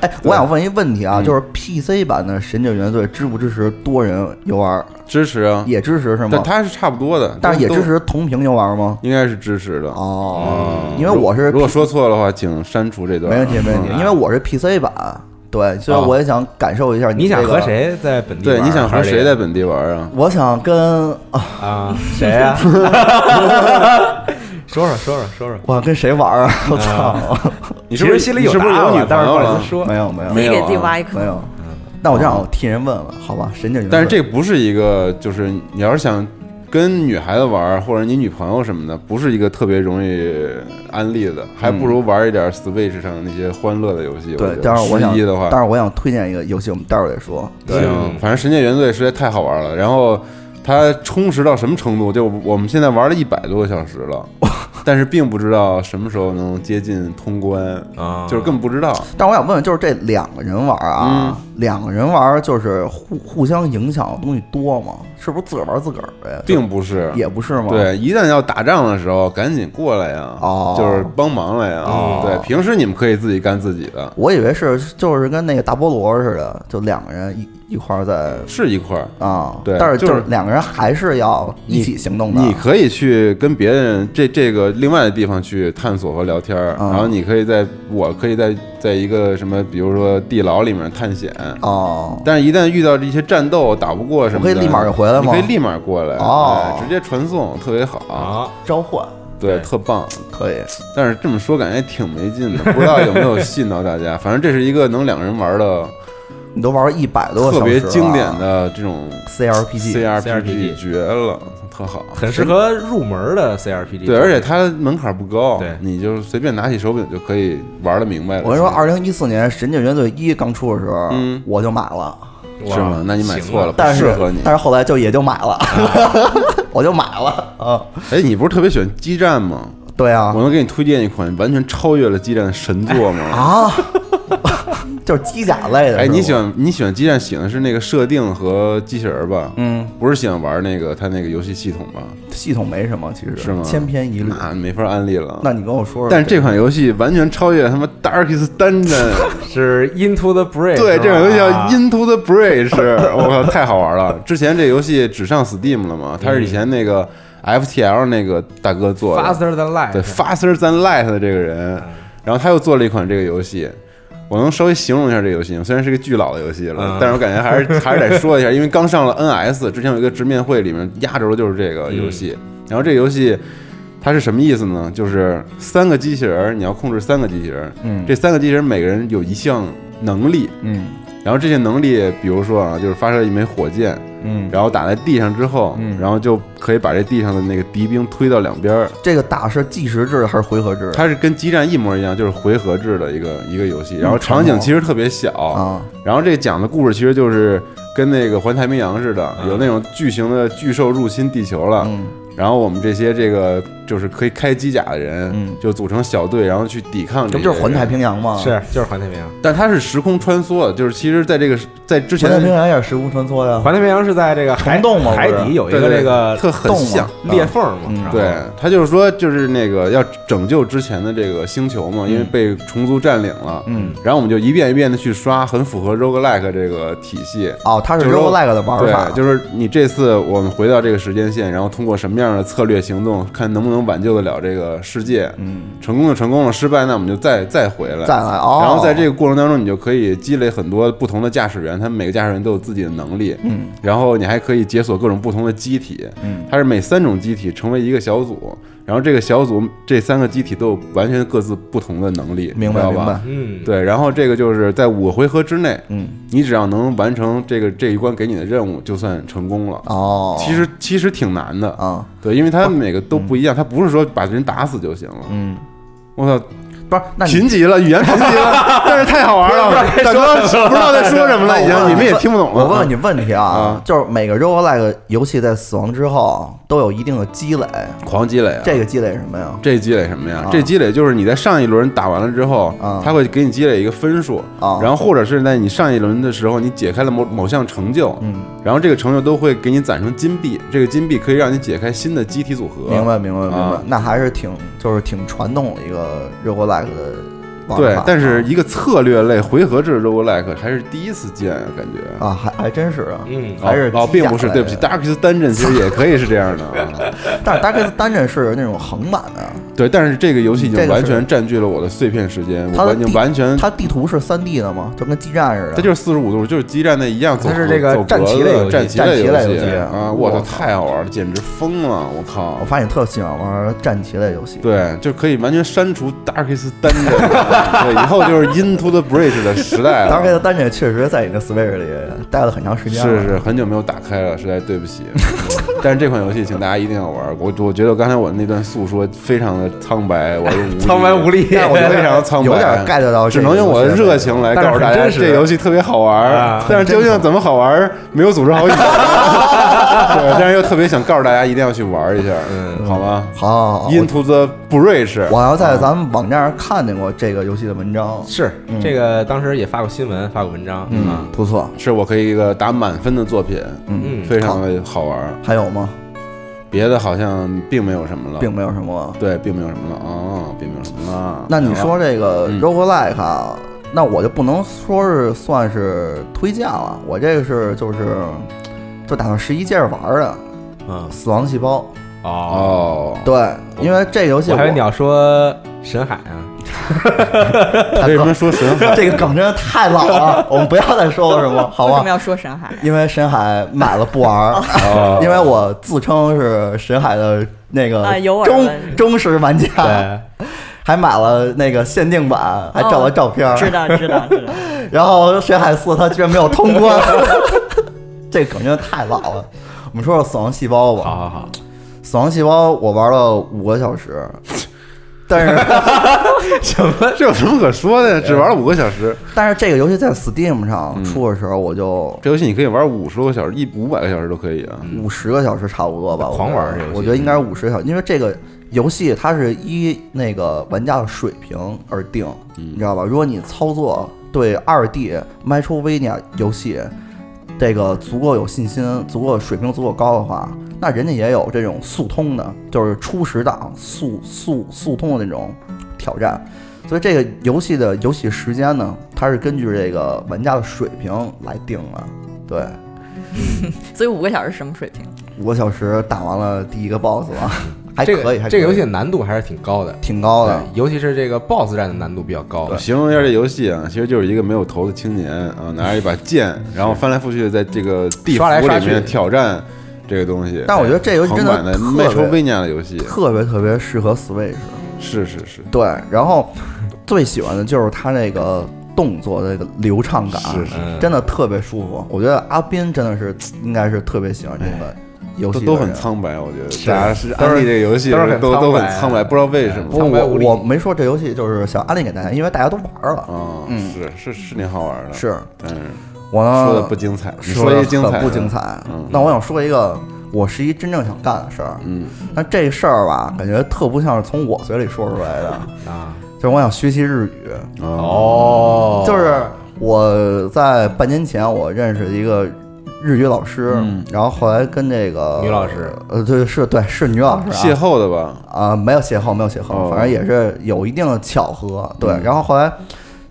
Speaker 1: 哎，
Speaker 4: 对
Speaker 1: 我想问一问题啊，
Speaker 4: 嗯
Speaker 1: 就是 PC 版的《神界原罪》支不支持多人游玩？
Speaker 4: 支持啊！
Speaker 1: 也支持是
Speaker 4: 但
Speaker 1: 吗？
Speaker 4: 它是差不多的，
Speaker 1: 但是也
Speaker 4: 都
Speaker 1: 支，持同屏游玩吗？
Speaker 4: 应该是支持的。
Speaker 1: 哦
Speaker 4: 嗯，
Speaker 1: 因为我是
Speaker 4: 如果说错的话，请删除这段。
Speaker 1: 没问题没问题，
Speaker 4: 嗯
Speaker 1: 因为我是 PC 版，对，
Speaker 4: 哦
Speaker 1: 所以我也想感受一下
Speaker 8: 你想
Speaker 1: 这个
Speaker 8: 和？谁在本地玩
Speaker 4: 对，
Speaker 8: 儿？
Speaker 4: 你想和
Speaker 8: 还是
Speaker 4: 谁
Speaker 8: 这
Speaker 4: 在
Speaker 8: 个
Speaker 4: 本地玩啊？
Speaker 1: 我想跟啊，
Speaker 8: 啊？ (laughs) 谁
Speaker 4: (laughs)
Speaker 8: 呀？说说说说说说。
Speaker 1: 我想跟谁玩啊？
Speaker 4: 嗯
Speaker 1: 我操，
Speaker 4: 你
Speaker 8: 其
Speaker 4: 是不
Speaker 8: 实
Speaker 4: 是
Speaker 8: 心里
Speaker 4: 你
Speaker 8: 有
Speaker 4: 是
Speaker 8: 答
Speaker 4: 不是
Speaker 8: 案
Speaker 4: 有
Speaker 8: 了
Speaker 4: 女
Speaker 8: 但
Speaker 4: 朋
Speaker 8: 是不
Speaker 4: 友
Speaker 8: 好
Speaker 4: 了
Speaker 8: 意思？说。
Speaker 1: 没有没有
Speaker 9: 自
Speaker 4: 没
Speaker 9: 己
Speaker 4: 有
Speaker 9: 给自己
Speaker 4: 啊
Speaker 9: 挖一坑
Speaker 1: 没。有，那我就让我替人问问，好吧？神界原罪，
Speaker 4: 但是这不是一个，就是你要是想跟女孩子玩儿，或者你女朋友什么的，不是一个特别容易安利的，还不如玩一点 Switch 上那些欢乐的游戏。
Speaker 1: 嗯对
Speaker 4: 觉，得
Speaker 1: 但是我想
Speaker 4: 十一的话，
Speaker 1: 但是我想推荐一个游戏，我们待会儿再说。
Speaker 4: 对
Speaker 8: 嗯，
Speaker 4: 反正《神界原罪》实在太好玩了，然后。它充实到什么程度？就我们现在玩了一百多个小时了，但是并不知道什么时候能接近通关，
Speaker 8: 啊，
Speaker 4: 就是根本不知道。
Speaker 1: 但我想问问，就是这两个人玩啊，
Speaker 4: 嗯
Speaker 1: 两个人玩就是互互相影响的东西多吗？是不是自个儿玩自个儿的呀？
Speaker 4: 并不是，
Speaker 1: 也不是吗？，
Speaker 4: 对，一旦要打仗的时候，赶紧过来呀，
Speaker 1: 哦
Speaker 4: 就是帮忙来呀。
Speaker 1: 哦
Speaker 4: 对，平时你们可以自己干自己的，
Speaker 1: 我以为是就是跟那个大菠萝似的，就两个人一一块儿在
Speaker 4: 是一块儿。
Speaker 1: 啊，
Speaker 4: 对
Speaker 1: 但是
Speaker 4: 就是
Speaker 1: 就是两个人还是要一起行动的。
Speaker 4: 你可以去跟别人这这个另外的地方去探索和聊天儿，
Speaker 1: 嗯
Speaker 4: 然后你可以在我可以在在一个什么，比如说地牢里面探险。
Speaker 1: 哦，
Speaker 4: 但是，一旦遇到一些战斗打不过什么的，
Speaker 1: 我可以立马就回来吗
Speaker 4: 你可以立马过来
Speaker 1: 哦
Speaker 4: 哎直接传送，特别好，
Speaker 8: 啊，
Speaker 1: 召唤
Speaker 4: 对，特棒。
Speaker 1: 可以，
Speaker 4: 但是这么说感觉也挺没劲的，不知道有没有吸引到大家。 (laughs) 反正这是一个能两个人玩的
Speaker 1: 你都玩了一百多个
Speaker 4: 特
Speaker 1: 小时
Speaker 4: 别
Speaker 1: 了，啊
Speaker 4: 经典的这种
Speaker 1: CRPG。
Speaker 4: CRPG，
Speaker 8: CRPG
Speaker 4: 绝了，特好。
Speaker 8: 很适合入门的 CRPG。
Speaker 4: 对，而且它门槛不高，
Speaker 8: 对
Speaker 4: 你就随便拿起手柄就可以玩的明白了。
Speaker 1: 我跟你说，二零一四年《神界原罪一》刚出的时候，
Speaker 4: 嗯
Speaker 1: 我就买了。
Speaker 8: 哇
Speaker 4: 是吗那你买
Speaker 8: 行
Speaker 4: 错了
Speaker 1: 但是
Speaker 4: 适合你
Speaker 1: 啊但是后来就也就买了，
Speaker 4: (laughs)
Speaker 1: 我就买了啊。
Speaker 4: 哎，你不是特别喜欢激战吗？
Speaker 1: 对啊
Speaker 4: 我，能给你推荐一款完全超越了激战的神作吗？
Speaker 1: 啊， (laughs) 就是机甲类的。
Speaker 4: 哎，
Speaker 1: 是吗啊
Speaker 4: 你喜？欢你喜欢激战，喜欢是那个设定和机器人儿吧？
Speaker 1: 嗯，
Speaker 4: 不是喜欢玩那个它那个游戏系统吧？
Speaker 1: 系统没什么，其实
Speaker 4: 是吗
Speaker 1: 千篇一律。
Speaker 4: 那没法安利了。
Speaker 1: 那你跟我说说，
Speaker 4: 啊但是这款游戏完全超越他妈 Darkest Dungeon，
Speaker 8: 是 Into the Break 是吧。
Speaker 4: 对，这款游戏叫
Speaker 8: 啊
Speaker 4: Into the Bridge，
Speaker 8: (laughs)
Speaker 4: 我靠，太好玩了！之前这游戏只上 Steam 了嘛，它是以前那个 FTL 那个大哥做的
Speaker 8: 嗯 Faster Than 嗯 Light。
Speaker 4: 对 Faster Than Light 的这个人，然后他又做了一款这个游戏。我能稍微形容一下这个游戏吗，虽然是个巨老的游戏了
Speaker 8: 嗯，
Speaker 4: 但是我感觉还是还是得说一下，因为刚上了 NS，之前有一个直面会，里面压轴的就是这个游戏。
Speaker 8: 嗯
Speaker 4: 然后这个游戏它是什么意思呢？就是三个机器人儿，你要控制三个机器人儿，
Speaker 1: 嗯
Speaker 4: 这三个机器人每个人有一项能力，
Speaker 1: 嗯
Speaker 4: 然后这些能力，比如说啊，就是发射一枚火箭，
Speaker 1: 嗯，
Speaker 4: 然后打在地上之后，
Speaker 1: 嗯
Speaker 4: 然后就可以把这地上的那个敌兵推到两边儿。
Speaker 1: 这个打是计时制还是回合制？
Speaker 4: 它是跟激战一模一样，就是回合制的一个一个游戏。然后
Speaker 1: 嗯长
Speaker 4: 场景
Speaker 1: 哦
Speaker 4: 其实特别小，
Speaker 1: 啊，
Speaker 4: 然后这讲的故事其实就是跟那个环太平洋似的，有那种巨型的巨兽入侵地球了，
Speaker 1: 嗯
Speaker 4: 然后我们这些这个就是可以开机甲的人，
Speaker 1: 嗯
Speaker 4: 就组成小队，然后去抵抗。
Speaker 1: 这不就是环太？平洋吗？
Speaker 8: 是，就是环太平洋。
Speaker 4: 但它是时空穿梭的，就是其实在这个在之前
Speaker 1: 环太
Speaker 4: 的
Speaker 1: 平洋也是时空穿梭呀。
Speaker 8: 环太平洋是在这个海
Speaker 1: 虫洞吗
Speaker 8: 海
Speaker 1: 不是
Speaker 8: 底有一
Speaker 4: 对
Speaker 8: 个
Speaker 4: 对
Speaker 8: 这个
Speaker 4: 特很
Speaker 1: 动
Speaker 4: 像
Speaker 1: 嘛。
Speaker 8: 裂缝嘛
Speaker 1: 嗯
Speaker 8: 是吧，
Speaker 4: 对他就是说，就是那个要拯救之前的这个星球嘛，因为被虫族占领了。
Speaker 1: 嗯，
Speaker 4: 然后我们就一遍一遍的去刷，很符合 roguelike 这个体系。
Speaker 1: 哦，它是
Speaker 4: 就是说
Speaker 1: roguelike 的玩法，
Speaker 4: 对，就是你这次我们回到这个时间线，然后通过什么样的策略行动，看能不能挽救得了这个世界。
Speaker 1: 嗯，
Speaker 4: 成功就成功了，失败那我们就再再回来。
Speaker 1: 再来哦。
Speaker 4: 然后在这个过程当中，你就可以积累很多不同的驾驶员，他们每个驾驶员都有自己的能力，
Speaker 1: 嗯，
Speaker 4: 然后你还可以解锁各种不同的机体，
Speaker 1: 嗯
Speaker 4: 它是每三种机体成为一个小组，然后这个小组这三个机体都有完全各自不同的能力，
Speaker 1: 明
Speaker 4: 你知
Speaker 1: 白
Speaker 4: 道
Speaker 1: 明
Speaker 4: 吧？
Speaker 1: 白，
Speaker 8: 嗯，
Speaker 4: 对，然后这个就是在五回合之内，
Speaker 1: 嗯，
Speaker 4: 你只要能完成这个这一关给你的任务，就算成功了。
Speaker 1: 哦，
Speaker 4: 其实其实挺难的，
Speaker 1: 啊，
Speaker 4: 对，因为它每个都不一样，它不是说把人打死就行了。
Speaker 1: 嗯，
Speaker 4: 我操，
Speaker 1: 不是，那你
Speaker 4: 贫瘠了，语言贫瘠
Speaker 1: (laughs)
Speaker 4: 了，但是太好玩了，大哥 (laughs) 不知道在说什么 (laughs) 了，已
Speaker 1: 那我
Speaker 4: 经
Speaker 1: 问
Speaker 4: 你们也
Speaker 1: 问
Speaker 4: 听不懂了。
Speaker 1: 我问问你问题啊
Speaker 4: 啊，
Speaker 1: 就是每个 roguelike 游戏在死亡之后都有一定的积累，
Speaker 4: 嗯，狂积累啊！
Speaker 1: 这个积累是什么呀？
Speaker 4: 这积累什么呀
Speaker 1: 啊？
Speaker 4: 这积累就是你在上一轮打完了之后
Speaker 1: 啊，
Speaker 4: 他会给你积累一个分数，
Speaker 1: 啊，
Speaker 4: 然后或者是在你上一轮的时候，你解开了某某项成就，
Speaker 1: 嗯，
Speaker 4: 然后这个成就都会给你攒成金币，这个金币可以让你解开新的机体组合。
Speaker 1: 明白明白明白
Speaker 4: 啊，
Speaker 1: 那还是挺就是挺传统的一个 roguelike 的玩法
Speaker 4: 对
Speaker 1: 啊，
Speaker 4: 但是一个策略类回合制 roguelike 还是第一次见啊，感觉。
Speaker 1: 啊，还还真是啊，
Speaker 8: 嗯
Speaker 1: 还是
Speaker 4: 哦，哦并不是，
Speaker 1: 机甲类的
Speaker 4: 对不起，Darkest Dungeon 其实也可以是这样的 (laughs) 啊。
Speaker 1: 但是 Darkest Dungeon 是那种横版的，
Speaker 4: 对，但是这个游戏已
Speaker 1: 这个
Speaker 4: 经
Speaker 1: 是
Speaker 4: 完全占据了我的碎片时间，
Speaker 1: 它的
Speaker 4: 我完
Speaker 1: 地
Speaker 4: 全完全，
Speaker 1: 它地图是三 D 的吗？就跟基站似的。
Speaker 4: 它就是四十五度，就是激战那一样走
Speaker 8: 它
Speaker 4: 格，
Speaker 8: 是这个
Speaker 4: 走格
Speaker 8: 战棋类游
Speaker 4: 的
Speaker 8: 戏
Speaker 4: 战棋
Speaker 1: 战棋类
Speaker 4: 游
Speaker 1: 游戏
Speaker 4: 啊！
Speaker 1: 我
Speaker 4: 我操，
Speaker 1: 操
Speaker 4: 太好玩了，简直疯了！我靠
Speaker 1: 我，发现你特喜欢玩战棋类游戏。
Speaker 4: 对，就可以完全删除 Darkest Dungeon，对，以
Speaker 8: (laughs)
Speaker 4: 后就是 Into the Bridge 的时代了。
Speaker 1: ，Darkest Dungeon 确实在你的 Switch 里待了很长时间了。
Speaker 4: 是是，很久没有打开了，实在对不起。但是这款游戏，请大家一定要玩。我我觉得刚才我那段诉说非常的苍白，我又无力
Speaker 8: 苍白无，力，
Speaker 4: 但我觉得非常苍白，啊
Speaker 1: 有点 get 到哦这
Speaker 4: 只
Speaker 1: 个游戏的内容，
Speaker 4: 能用我的热情
Speaker 1: 啊
Speaker 4: 来
Speaker 8: 但是
Speaker 4: 告诉大家，
Speaker 8: 很真实
Speaker 4: 这游戏特别好玩儿
Speaker 8: 啊。
Speaker 4: 但是究竟怎么好玩儿，没有组织
Speaker 1: (laughs)
Speaker 4: 好语言。对，但是又特别想告诉大家，一定要去玩一下，嗯，好吗
Speaker 1: 好。好，好
Speaker 4: ？Into the Bridge，
Speaker 1: 我我要在咱们网站上看见过这个游戏的文章，
Speaker 8: 是
Speaker 1: 嗯
Speaker 8: 这个当时也发过新闻，发过文章，啊，
Speaker 4: 嗯
Speaker 1: 不错，
Speaker 4: 是我可以一个打满分的作品，
Speaker 1: 嗯，
Speaker 8: 嗯，
Speaker 4: 非常的好玩儿。
Speaker 1: 还有吗？
Speaker 4: 别的好像并没有什么了，
Speaker 1: 并没有什么。
Speaker 4: 对，并没有什么了啊、哦，并没有什么了。哎
Speaker 1: 那你说这个
Speaker 4: 嗯
Speaker 1: roguelike 啊，那我就不能说是算是推荐了，我这个是就是就打算十一接着玩儿的
Speaker 8: 嗯
Speaker 1: 《死亡细胞
Speaker 8: 哦，
Speaker 4: 哦》。，
Speaker 1: 对，因为这游戏
Speaker 8: 我
Speaker 1: 我
Speaker 8: 还以为你要说深海啊，
Speaker 4: 为什么说神
Speaker 1: (laughs)
Speaker 4: 海？
Speaker 1: 这个梗真的太老了，我们不要再说了，是吗？好
Speaker 9: 为什么
Speaker 1: 吧？
Speaker 9: 要说深海？ (laughs)
Speaker 1: 因为沈海买了不玩儿，
Speaker 8: (laughs)
Speaker 4: 哦
Speaker 1: 因为我自称是沈海的那个
Speaker 9: 啊有耳
Speaker 1: 忠
Speaker 9: 闻
Speaker 1: 忠实玩家，
Speaker 8: 对，
Speaker 1: 还买了那个限定版，还
Speaker 9: 哦
Speaker 1: 照了照片儿。
Speaker 9: 知道知道知道，
Speaker 1: 然后沈海四他居然没有通关， (laughs) 这梗真的太老了。我们说说死亡细胞吧。
Speaker 8: 好好好，
Speaker 1: 死亡细胞我玩了五个小时，
Speaker 8: (laughs)
Speaker 1: 但是 (laughs)
Speaker 8: 什么？
Speaker 4: 这有什么可说的呀？只
Speaker 1: 嗯
Speaker 4: 玩了五个小时，
Speaker 1: 但是这个游戏在 Steam
Speaker 8: 嗯
Speaker 1: 上出的时候，我就
Speaker 4: 这游戏你可以玩五十多个小时，一五百个小时都可以啊。
Speaker 1: 五十个小时差不多吧，我
Speaker 8: 狂
Speaker 1: 觉得
Speaker 8: 玩这游戏嗯
Speaker 1: 我觉得应该是五十个小时，因为这个游戏它是依那个玩家的水平而定，你
Speaker 4: 嗯
Speaker 1: 知道吧？如果你操作对二 D Metrovania 游戏这个足够有信心、足够水平足够高的话，那人家也有这种速通的，就是初始档速速速通的那种挑战。所以这个游戏的游戏时间呢，它是根据这个玩家的水平来定的，对。
Speaker 9: 所以五个小时是什么水平？
Speaker 1: 五个小时打完了 (laughs) 第一个 BOSS 吧，还可
Speaker 8: 这
Speaker 1: 以，还可
Speaker 8: 个
Speaker 1: 以
Speaker 8: 这个游戏难度还是挺高的，
Speaker 1: 挺高的。
Speaker 8: 对尤其是这个 BOSS 战的难度比较高。
Speaker 4: 形容一下这游戏啊，其实就是一个没有头的青年
Speaker 1: (laughs)
Speaker 4: 啊，拿着一把剑，然后翻来覆去地在这个地
Speaker 8: 刷来
Speaker 4: 府
Speaker 8: 刷
Speaker 4: 里
Speaker 8: 去
Speaker 4: 面挑战这个东西。
Speaker 1: 但我觉得这游戏
Speaker 4: 横
Speaker 1: 真
Speaker 4: 版
Speaker 1: 的
Speaker 4: 的
Speaker 1: 特
Speaker 4: m e t r o v
Speaker 1: 别
Speaker 4: a n i 的游戏，
Speaker 1: 特别特别适合 Switch。
Speaker 4: 是是是
Speaker 1: 对，然后最喜欢的就是它那个动作的那个流畅感，
Speaker 4: 是是
Speaker 8: 嗯
Speaker 1: 真的特别舒服。我觉得阿斌真的是应该是特别喜欢这个游
Speaker 4: 都
Speaker 1: 戏的人，
Speaker 4: 哎都很苍白，我觉得
Speaker 8: 是
Speaker 4: 大家是
Speaker 8: 都是
Speaker 4: 安利这个游戏
Speaker 8: 都是很
Speaker 4: 都
Speaker 8: 苍
Speaker 4: 都
Speaker 8: 白
Speaker 4: 很苍白，不知道为什
Speaker 1: 不
Speaker 4: 么
Speaker 1: 过
Speaker 8: 苍白无力
Speaker 1: 我我没说这游戏就是想安利给大家，因为大家都玩了。
Speaker 4: 啊
Speaker 1: 嗯，
Speaker 4: 是是是挺好玩的，
Speaker 1: 是
Speaker 4: 但是
Speaker 1: 我呢
Speaker 4: 嗯说的不精彩，你
Speaker 1: 说
Speaker 4: 一
Speaker 1: 的
Speaker 4: 个精彩
Speaker 1: 很
Speaker 4: 的，
Speaker 1: 不精彩
Speaker 4: 嗯。
Speaker 1: 那我想说一个我十一真正想干的事儿，
Speaker 4: 嗯，
Speaker 1: 但这事儿吧，感觉特不像是从我嘴里说出来
Speaker 4: (laughs)
Speaker 1: 的，
Speaker 8: 啊，
Speaker 1: 就是我想学习日语。
Speaker 4: 哦，
Speaker 8: 哦
Speaker 1: 就是我在半年前我认识一个日语老师，
Speaker 4: 嗯
Speaker 1: 然后后来跟这个
Speaker 8: 女老师，
Speaker 1: 呃，对，是对是女老师
Speaker 4: 邂
Speaker 1: 啊。
Speaker 4: 逅的吧？
Speaker 1: 啊、没有邂逅，没有邂逅，
Speaker 4: 哦
Speaker 1: 反正也是有一定的巧合，对。
Speaker 4: 嗯
Speaker 1: 然后后来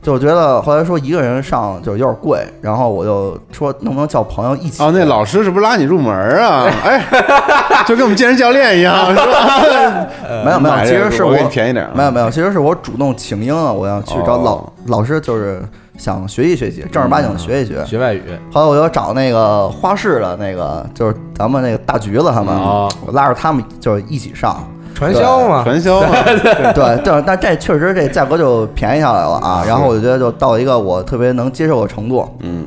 Speaker 1: 就觉得，后来说一个人上就有点贵，然后我就说能不能叫朋友一起？
Speaker 4: 哦，那老师是不是拉你入门啊？
Speaker 1: (laughs)
Speaker 4: 哎，就跟我们健身教练一样，是吧？
Speaker 1: 呃没有没有
Speaker 4: 买
Speaker 1: 其实
Speaker 4: 这个
Speaker 1: 是
Speaker 4: 我给
Speaker 1: 我
Speaker 4: 你便宜点啊，
Speaker 1: 没有没有，其实是我主动请缨啊，我要去找老、
Speaker 4: 哦
Speaker 1: 老师，就是想学习学习，正儿八经
Speaker 4: 嗯
Speaker 1: 地学一学。
Speaker 8: 学外语
Speaker 1: 后来我就找那个花市的那个，就是咱们那个大橘子他们，
Speaker 8: 哦
Speaker 1: 我拉着他们就是一起上。
Speaker 8: 传销嘛，
Speaker 4: (laughs) 传销嘛，
Speaker 1: 对，但是 (laughs) 但这确实这价格就便宜下来了啊。然后我就觉得就到了一个我特别能接受的程度。
Speaker 4: 嗯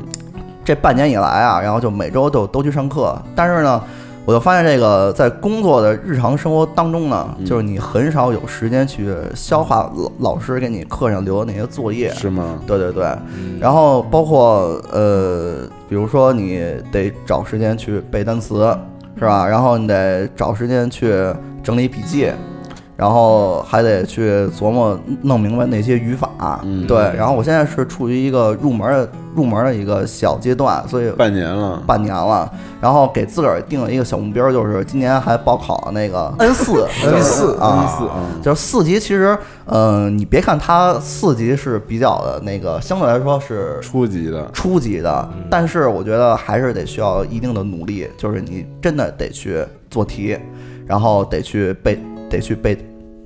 Speaker 1: 这半年以来啊，然后就每周都都去上课，但是呢，我就发现这个在工作的日常生活当中呢，
Speaker 4: 嗯
Speaker 1: 就是你很少有时间去消化老老师给你课上留的那些作业。
Speaker 4: 是吗？
Speaker 1: 对对对，
Speaker 8: 嗯
Speaker 1: 然后包括呃，比如说你得找时间去背单词，是吧？然后你得找时间去整理笔记，然后还得去琢磨弄明白那些语法。
Speaker 4: 嗯
Speaker 1: 对，然后我现在是处于一个入门儿的入门儿的一个小阶段，所以
Speaker 4: 半年了，
Speaker 1: 半年了，然后给自个儿定了一个小目标，就是今年还报考那个 N (laughs) 四
Speaker 8: N 四
Speaker 1: 啊。
Speaker 4: 四啊，
Speaker 1: 就是四级，其实，嗯、你别看它四级是比较的那个，相对来说是
Speaker 4: 初级的，
Speaker 1: 初级的，
Speaker 8: 嗯
Speaker 1: 但是我觉得还是得需要一定的努力，就是你真的得去做题，然后得去背，得去背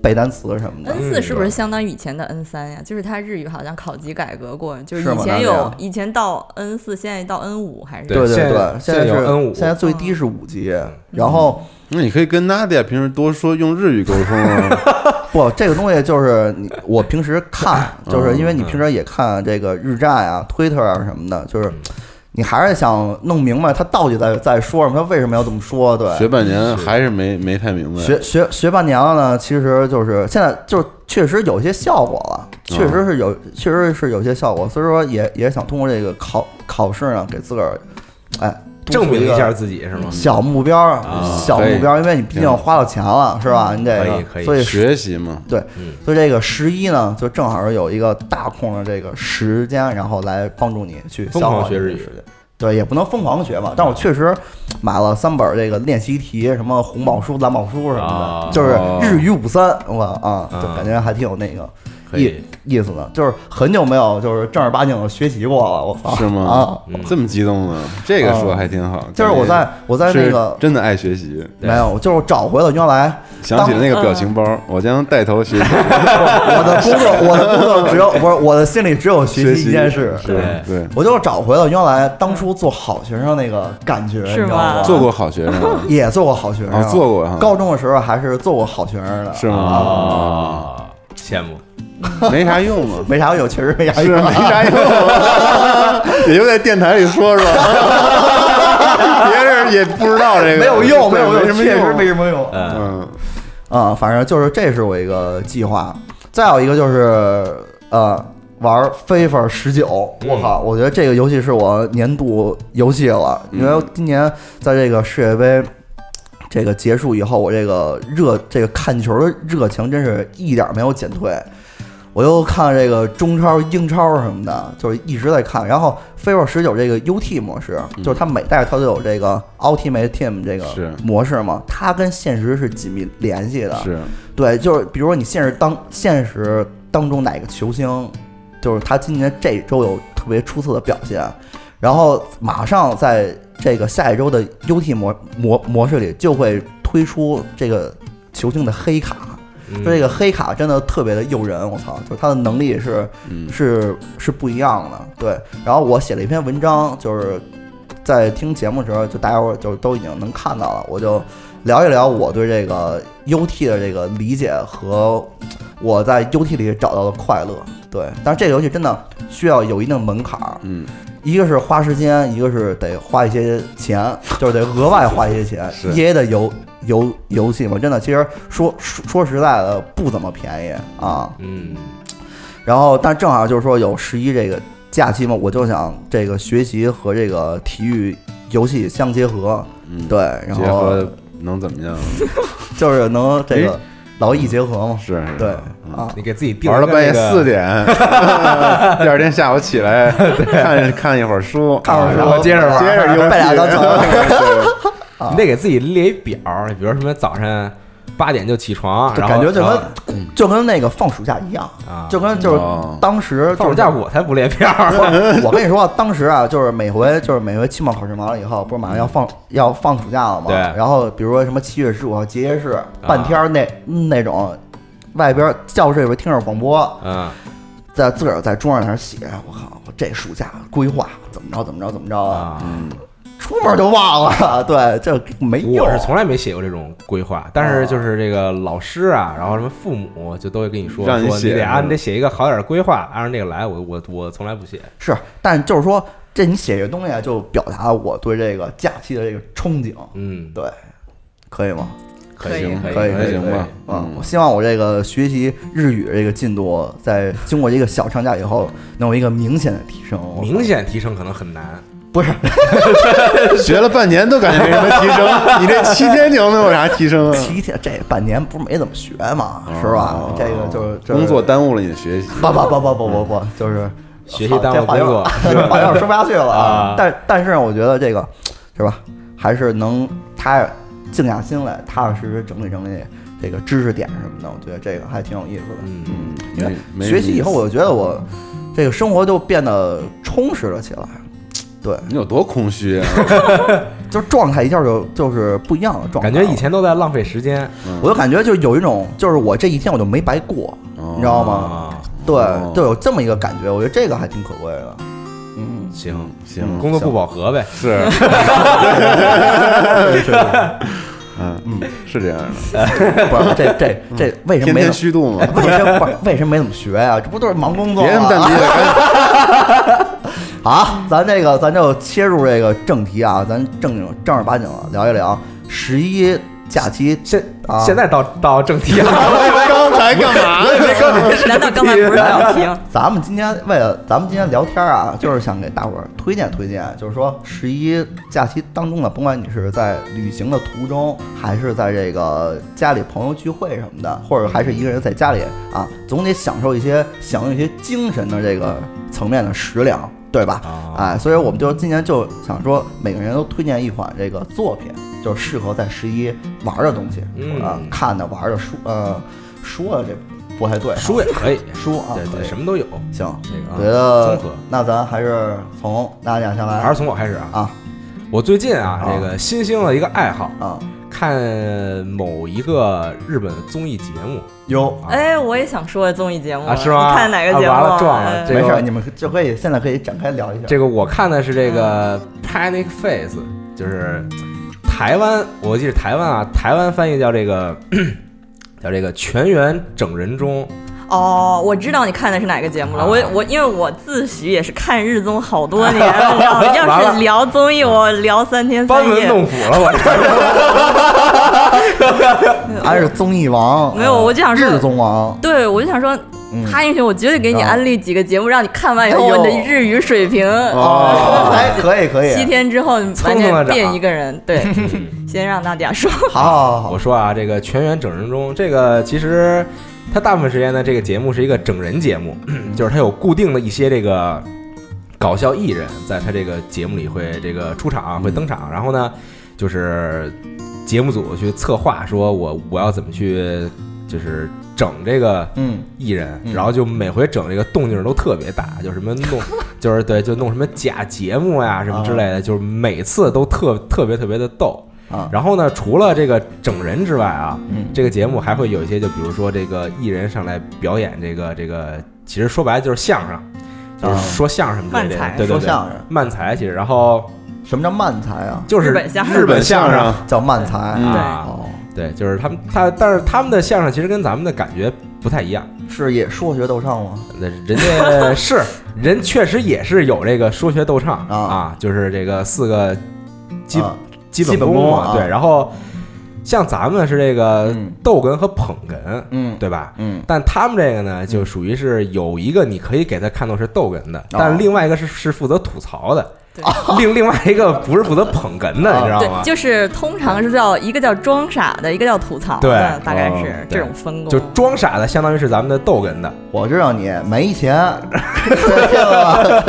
Speaker 1: 背单词什么的。
Speaker 8: 哎
Speaker 9: N 四是不是相当于以前的 N 三呀？就是它日语好像考级改革过，就是
Speaker 1: 是
Speaker 9: 以
Speaker 1: 吗
Speaker 9: 前
Speaker 1: 哪里
Speaker 9: 有
Speaker 1: 啊，
Speaker 9: 以前到 N 四，现在到 N 五还是？
Speaker 1: 对对
Speaker 8: 现
Speaker 1: 对，
Speaker 8: 在
Speaker 1: 在
Speaker 8: 现在有嗯
Speaker 1: 是
Speaker 8: N5
Speaker 1: 现在最低是五级，然后
Speaker 4: 那你可以跟 Nadia 平时多说用日语沟通啊，
Speaker 1: 不，这个东西就是你我平时看，
Speaker 8: 嗯
Speaker 1: 就是因为你平时也看这个日战啊、Twitter 啊什么的，就是
Speaker 8: 嗯
Speaker 1: 你还是想弄明白他到底在在说什么，他为什么要这么说， (laughs) 对，
Speaker 4: 学半年还是没没太明白，
Speaker 1: 学学学伴娘呢，其实就是现在就是确实有些效果了，确
Speaker 8: 嗯
Speaker 1: 实是有，确实是有些效果，所以说也也想通过这个考考试呢，给自个儿，哎，
Speaker 8: 证明
Speaker 1: 一
Speaker 8: 一下自己是吗？
Speaker 1: 小目标儿，
Speaker 8: 啊
Speaker 1: 小目标儿，因为你毕竟花了钱了，是吧？你
Speaker 8: 可
Speaker 1: 得
Speaker 8: 以可以
Speaker 1: 所以是
Speaker 4: 学习嘛，
Speaker 1: 对
Speaker 8: 嗯，
Speaker 1: 所以这个十一呢，就正好是有一个大空的这个时间，然后来帮助你去
Speaker 8: 疯
Speaker 1: 消化
Speaker 8: 狂学
Speaker 1: 这个
Speaker 8: 日语
Speaker 1: 时间。对，也不能疯狂学吧，但我确实买了三本这个练习题，什么红宝书、蓝宝书什么的，
Speaker 8: 啊嗯
Speaker 1: 就是日语五三，我啊，就感觉还挺有那个
Speaker 8: 可
Speaker 1: 意
Speaker 8: 以，
Speaker 1: 意思的，就是很久没有就是正儿八经的学习过了，我操，
Speaker 4: 是吗？
Speaker 1: 啊，
Speaker 4: 这么激动呢？这个说还挺好，
Speaker 1: 就是我在我在
Speaker 4: 感觉
Speaker 1: 那个
Speaker 4: 是真的爱学习，
Speaker 1: 没有，就是找回了原来
Speaker 4: 想起了那个表情
Speaker 1: 嗯
Speaker 4: 包，我将带头学习，
Speaker 1: 我的工作，我的工作只有不是我的心里只有 (laughs) 学
Speaker 4: 学
Speaker 1: 习
Speaker 4: 习
Speaker 1: 一件事，
Speaker 4: 是对，
Speaker 1: 我就是找回了原来当初做好学生那个感觉，你
Speaker 9: 嗯是
Speaker 1: 知道吗？
Speaker 9: 吗
Speaker 4: 做过好学
Speaker 1: (laughs)
Speaker 4: 生啊，
Speaker 1: 也做过好学生，
Speaker 4: 啊做过哈
Speaker 1: 高中的时候还是做过好学生的，
Speaker 4: 是吗？
Speaker 8: 啊，羡慕，
Speaker 4: 没啥用啊嘛，
Speaker 1: 没啥用，确实没啥
Speaker 4: 是
Speaker 1: 用
Speaker 4: 哎没。啥用，啊
Speaker 1: (laughs)
Speaker 4: 也就在电台里说说，别人也不知道这个，
Speaker 1: 没有用，没有用，
Speaker 4: 对没什么
Speaker 1: 确实
Speaker 4: 用，
Speaker 1: 没什么用。
Speaker 8: 嗯，
Speaker 4: 嗯，
Speaker 1: 啊、反正就是这是我一个计划。再有一个就是呃，玩《FIFA 十九》，我靠，我觉得这个游戏是我年度游戏了，因为今年在这个世界杯。这个结束以后，我这个热这个看球的热情真是一点儿没有减退。我又看这个中超、英超什么的，就是一直在看。然后 FIFA 十九这个 UT 模式，就是它每代它都有这个 Ultimate Team 这个
Speaker 4: 是
Speaker 1: 模式嘛，它跟现实是啊紧密联系的。
Speaker 4: 是
Speaker 1: 对，就是比如说你现实当现实当中哪个球星，就是他今年这周有特别出色的表现，然后马上在这个下一周的 UT 模模模式里就会推出这个球星的黑卡。
Speaker 8: 嗯
Speaker 1: 说这个黑卡真的特别的诱人，我操！就是他的能力是
Speaker 4: 嗯
Speaker 1: 是是不一样的，对。然后我写了一篇文章，就是在听节目的时候，就大家伙儿就都已经能看到了，我就聊一聊我对这个 UT 的这个理解和我在 UT 里找到的快乐。对，但是这个游戏真的需要有一定门槛儿，
Speaker 4: 嗯
Speaker 1: 一个是花时间，一个是得花一些钱，就是得额外花一些钱。
Speaker 4: (laughs) 是
Speaker 1: EA 的游游游戏嘛，真的，其实说说说实在的，不怎么便宜啊。
Speaker 8: 嗯，
Speaker 1: 然后，但正好就是说有十一这个假期嘛，我就想这个学习和这个体育游戏相结合，
Speaker 4: 嗯，
Speaker 1: 对，然
Speaker 4: 结
Speaker 1: 后
Speaker 4: 合能怎么样？
Speaker 1: 就是能这个
Speaker 4: 哎
Speaker 1: 劳逸结合嘛。
Speaker 4: 是
Speaker 1: 对
Speaker 4: 嗯
Speaker 1: 啊，
Speaker 8: 你给自己定
Speaker 4: 玩到
Speaker 8: 了
Speaker 4: 半夜
Speaker 1: (laughs)
Speaker 4: 四，点，第二天下午起来看看一会儿书，啊
Speaker 1: 看会儿书
Speaker 4: 然
Speaker 8: 然后啊接着玩，
Speaker 4: 接着游
Speaker 1: 背俩钢
Speaker 4: 戏，
Speaker 1: 琴，
Speaker 8: (laughs) 你得给自己列一表，比如什么早上八点就起床，
Speaker 1: 就
Speaker 8: 然后
Speaker 1: 感觉就
Speaker 8: 然后
Speaker 1: 跟就跟那个放暑假一样，
Speaker 8: 啊，
Speaker 1: 就跟就是
Speaker 4: 哦
Speaker 1: 当时就是
Speaker 8: 放暑假我才不列表，
Speaker 1: (laughs) 我跟你说，当时啊，就是每回就是每回期末考试完了以后，不是马上要放要放暑假了吗？
Speaker 8: 对啊
Speaker 1: 然后比如说什么七月十五号结业式，半天儿那、那种，外边儿教室里边听着广播，
Speaker 8: 嗯，
Speaker 1: 在自个儿在桌上在那儿写，我靠，我这暑假规划怎么着怎么着怎么着啊？
Speaker 8: 啊，
Speaker 4: 嗯
Speaker 1: 出门就忘了， (laughs) 对，这没用
Speaker 8: 我。是从来没写过这种规划，哎但是就是这个老师啊，然后什么父母就都会跟你说，
Speaker 4: 让你
Speaker 8: 说
Speaker 4: 写
Speaker 8: 你得
Speaker 4: 嗯
Speaker 8: 啊，你得写一个好点儿规划，按照这个来。我我我从来不写，
Speaker 1: 是，但就是说，这你写这东西啊就表达了我对这个假期的这个憧憬，
Speaker 8: 嗯，
Speaker 1: 对，可以吗？
Speaker 9: 可以
Speaker 4: 行
Speaker 9: 可以
Speaker 1: 可以
Speaker 4: 还行吧，
Speaker 1: 嗯，我
Speaker 4: 嗯，
Speaker 1: 希望我这个学习日语这个进度，在经过一个小长假以后，能有一个明显的提升。
Speaker 8: 明显提升可能很难。
Speaker 1: 不是
Speaker 4: 学了半年都感觉没什么提
Speaker 1: (laughs)
Speaker 4: 升，你这七天就能有啥提升啊？
Speaker 1: 提前这半年不是没怎么学嘛，是吧
Speaker 4: 哦？
Speaker 1: 这个就是就是
Speaker 4: 工作耽误了你的学习，
Speaker 1: 不不不不不不不，
Speaker 4: (laughs)
Speaker 1: 就是
Speaker 8: 学习耽误
Speaker 1: 这话有点
Speaker 8: 工
Speaker 1: (laughs) 这话有点说不下去了
Speaker 8: 啊
Speaker 1: 但但是我觉得这个是吧，还是能踏实静下心来，踏踏实实整理整理这个知识点什么的，我觉得这个还挺有意思的。
Speaker 8: 嗯，
Speaker 4: 嗯，
Speaker 1: 因
Speaker 4: 没
Speaker 1: 为
Speaker 4: 没
Speaker 1: 学习以后，
Speaker 4: 意思
Speaker 1: 我觉得我这个生活就变得充实了起来。对，
Speaker 4: 你有多空虚啊？
Speaker 1: 就状态一下就就是不一样的状态了。
Speaker 8: 感觉以前都在浪费时间，
Speaker 1: 我就感觉就有一种，就是我这一天我就没白过，
Speaker 4: 哦
Speaker 1: 你知道吗？
Speaker 8: 啊，
Speaker 4: 哦
Speaker 1: 对，就有这么一个感觉，我觉得这个还挺可贵的。嗯，
Speaker 8: 行，
Speaker 4: 行，
Speaker 8: 工作不饱和呗。
Speaker 4: 是， (laughs) 嗯嗯，是这样的，
Speaker 1: 不是这这
Speaker 4: (laughs)
Speaker 1: 这为什么
Speaker 4: 天
Speaker 1: 没
Speaker 4: 天
Speaker 1: 怎
Speaker 4: 虚度嘛
Speaker 1: 么？为什么不是为什么没怎么学呀、这不都是忙工作啊
Speaker 4: 别那么
Speaker 1: 吗？啊
Speaker 4: 淡逼了，赶紧
Speaker 1: 好，咱这个咱就切入这个正题啊，咱正经正儿八经的聊一聊十一假期
Speaker 8: 现
Speaker 1: 啊
Speaker 8: 现在到到正题啊了，
Speaker 4: (laughs) 刚才干嘛呢？
Speaker 9: (laughs) 难道刚才不是聊天？
Speaker 1: 咱们今天为了咱们今天聊天啊，就是想给大伙儿推荐推荐，就是说十一假期当中呢，甭管你是在旅行的途中，还是在这个家里朋友聚会什么的，或者还是一个人在家里啊，总得享受一些享用一些精神的这个层面的食粮，对吧？
Speaker 8: 啊，
Speaker 1: 哎，所以我们就今年就想说，每个人都推荐一款这个作品，就是适合在十一玩的东西
Speaker 8: 嗯
Speaker 1: 啊、看的、玩的、说呃说的这不太对啊，
Speaker 8: 书也可以，
Speaker 1: 书啊，
Speaker 8: 对
Speaker 1: 可
Speaker 8: 对，
Speaker 1: 以
Speaker 8: 什么都有。
Speaker 1: 行，
Speaker 8: 这个啊
Speaker 1: 觉得
Speaker 8: 综合
Speaker 1: 那咱还是从娜姐先来，
Speaker 8: 还是从我开始啊。
Speaker 1: 啊
Speaker 8: 我最近啊，
Speaker 1: 啊
Speaker 8: 这个新兴了一个爱好，
Speaker 1: 啊
Speaker 8: 看某一个日本综艺节目
Speaker 1: 哟，
Speaker 8: 啊
Speaker 9: 哎，我也想说综艺节目
Speaker 8: 啊是吗
Speaker 9: 你看哪个节目？
Speaker 8: 啊完了撞了
Speaker 9: 哎
Speaker 8: 这
Speaker 1: 没事
Speaker 8: 个
Speaker 1: 儿，你们就可以现在可以展开聊一下。
Speaker 8: 这个我看的是这
Speaker 1: 啊
Speaker 8: 个 Panic Face，就是台湾，我记得台湾啊，台湾翻译叫这个 (clears throat) 叫这个全员整人中，
Speaker 9: 哦，我知道你看的是哪个节目了。
Speaker 8: 啊
Speaker 9: 我我因为我自诩也是看日综好多年，
Speaker 8: (laughs)
Speaker 9: 你知道吗？要是聊综艺，我聊三天
Speaker 8: 班
Speaker 9: 三
Speaker 8: 门
Speaker 9: 夜。
Speaker 8: 弄斧了，我这
Speaker 1: 还是综艺王，呃
Speaker 9: 没有，我就想
Speaker 1: 日
Speaker 9: 说，
Speaker 1: 综王，
Speaker 9: 对我就想说，
Speaker 1: 嗯
Speaker 9: 他允许我绝对给你
Speaker 1: 啊
Speaker 9: 安利几个节目，让你看完以后
Speaker 1: 哎呦
Speaker 9: 你的日语水平。 (laughs)
Speaker 1: 哦，哎，可以可以，
Speaker 9: 七天之后，你完
Speaker 8: 蹭蹭了涨
Speaker 9: 全变一个人。对，
Speaker 8: (laughs)
Speaker 9: 先让大家说。
Speaker 1: 好哦好好
Speaker 8: 我说啊，这个全员整人中，这个其实它大部分时间呢，这个节目是一个整人节目，
Speaker 1: 嗯
Speaker 8: (clears throat) 就是它有固定的一些这个搞笑艺人在它这个节目里会这个出场会登
Speaker 1: 嗯
Speaker 8: 场，然后呢，就是节目组去策划，说我我要怎么去就是整这个
Speaker 1: 嗯，
Speaker 8: 艺人，
Speaker 1: 嗯
Speaker 8: 然后就每回整这个动静都特别大，就是什么
Speaker 1: (laughs)
Speaker 8: 弄，就是对，就弄什么假节目呀、什么之类的，就是每次都特特别特别的逗。
Speaker 1: 啊
Speaker 8: 然后呢，除了这个整人之外啊，
Speaker 1: 嗯
Speaker 8: 这个节目还会有一些，就比如说这个艺人上来表演这个这个，其实说白了就是相声，就是
Speaker 1: 啊
Speaker 8: 说相声什么之类的，
Speaker 9: 慢才
Speaker 8: 对对
Speaker 1: 说
Speaker 8: 对，
Speaker 1: 相声，
Speaker 8: 慢才其实，然后
Speaker 1: 什么叫慢才啊？
Speaker 8: 就是
Speaker 9: 日本相声
Speaker 8: 日本相声
Speaker 4: 声，
Speaker 1: (laughs) 叫慢才
Speaker 4: 嗯
Speaker 8: 啊，
Speaker 1: 哦，
Speaker 8: 对，就是他们他，但是他们的相声其实跟咱们的感觉不太一样。
Speaker 1: 是也说学逗唱吗？
Speaker 8: 那人
Speaker 1: (laughs)
Speaker 8: 家是人，确实也是有这个说学逗唱
Speaker 1: 啊
Speaker 8: 就是这个四个基、
Speaker 1: 啊
Speaker 8: 基
Speaker 1: 基
Speaker 8: 本
Speaker 1: 本
Speaker 8: 功
Speaker 1: 功
Speaker 8: 嘛
Speaker 1: 啊
Speaker 8: 对。然后像咱们是这个
Speaker 1: 嗯
Speaker 8: 逗哏和捧哏，
Speaker 1: 嗯
Speaker 8: 对吧？
Speaker 1: 嗯
Speaker 8: 但他们这个呢，就属于是有一个你可以给他看作是逗哏的，
Speaker 1: 啊
Speaker 8: 但另外一个是是负责吐槽的，
Speaker 9: 对
Speaker 8: 另另外一个不是负责捧哏的，
Speaker 1: 啊
Speaker 8: 你知道吗
Speaker 9: 对，？就是通常是叫一个叫装傻的，一个叫吐槽的，
Speaker 8: 对
Speaker 9: 大概
Speaker 8: 哦
Speaker 9: 是
Speaker 8: 对
Speaker 9: 这种分工。
Speaker 8: 就装傻的，相当于是咱们的逗哏的，
Speaker 1: 我知道你没钱， (laughs) 知道吧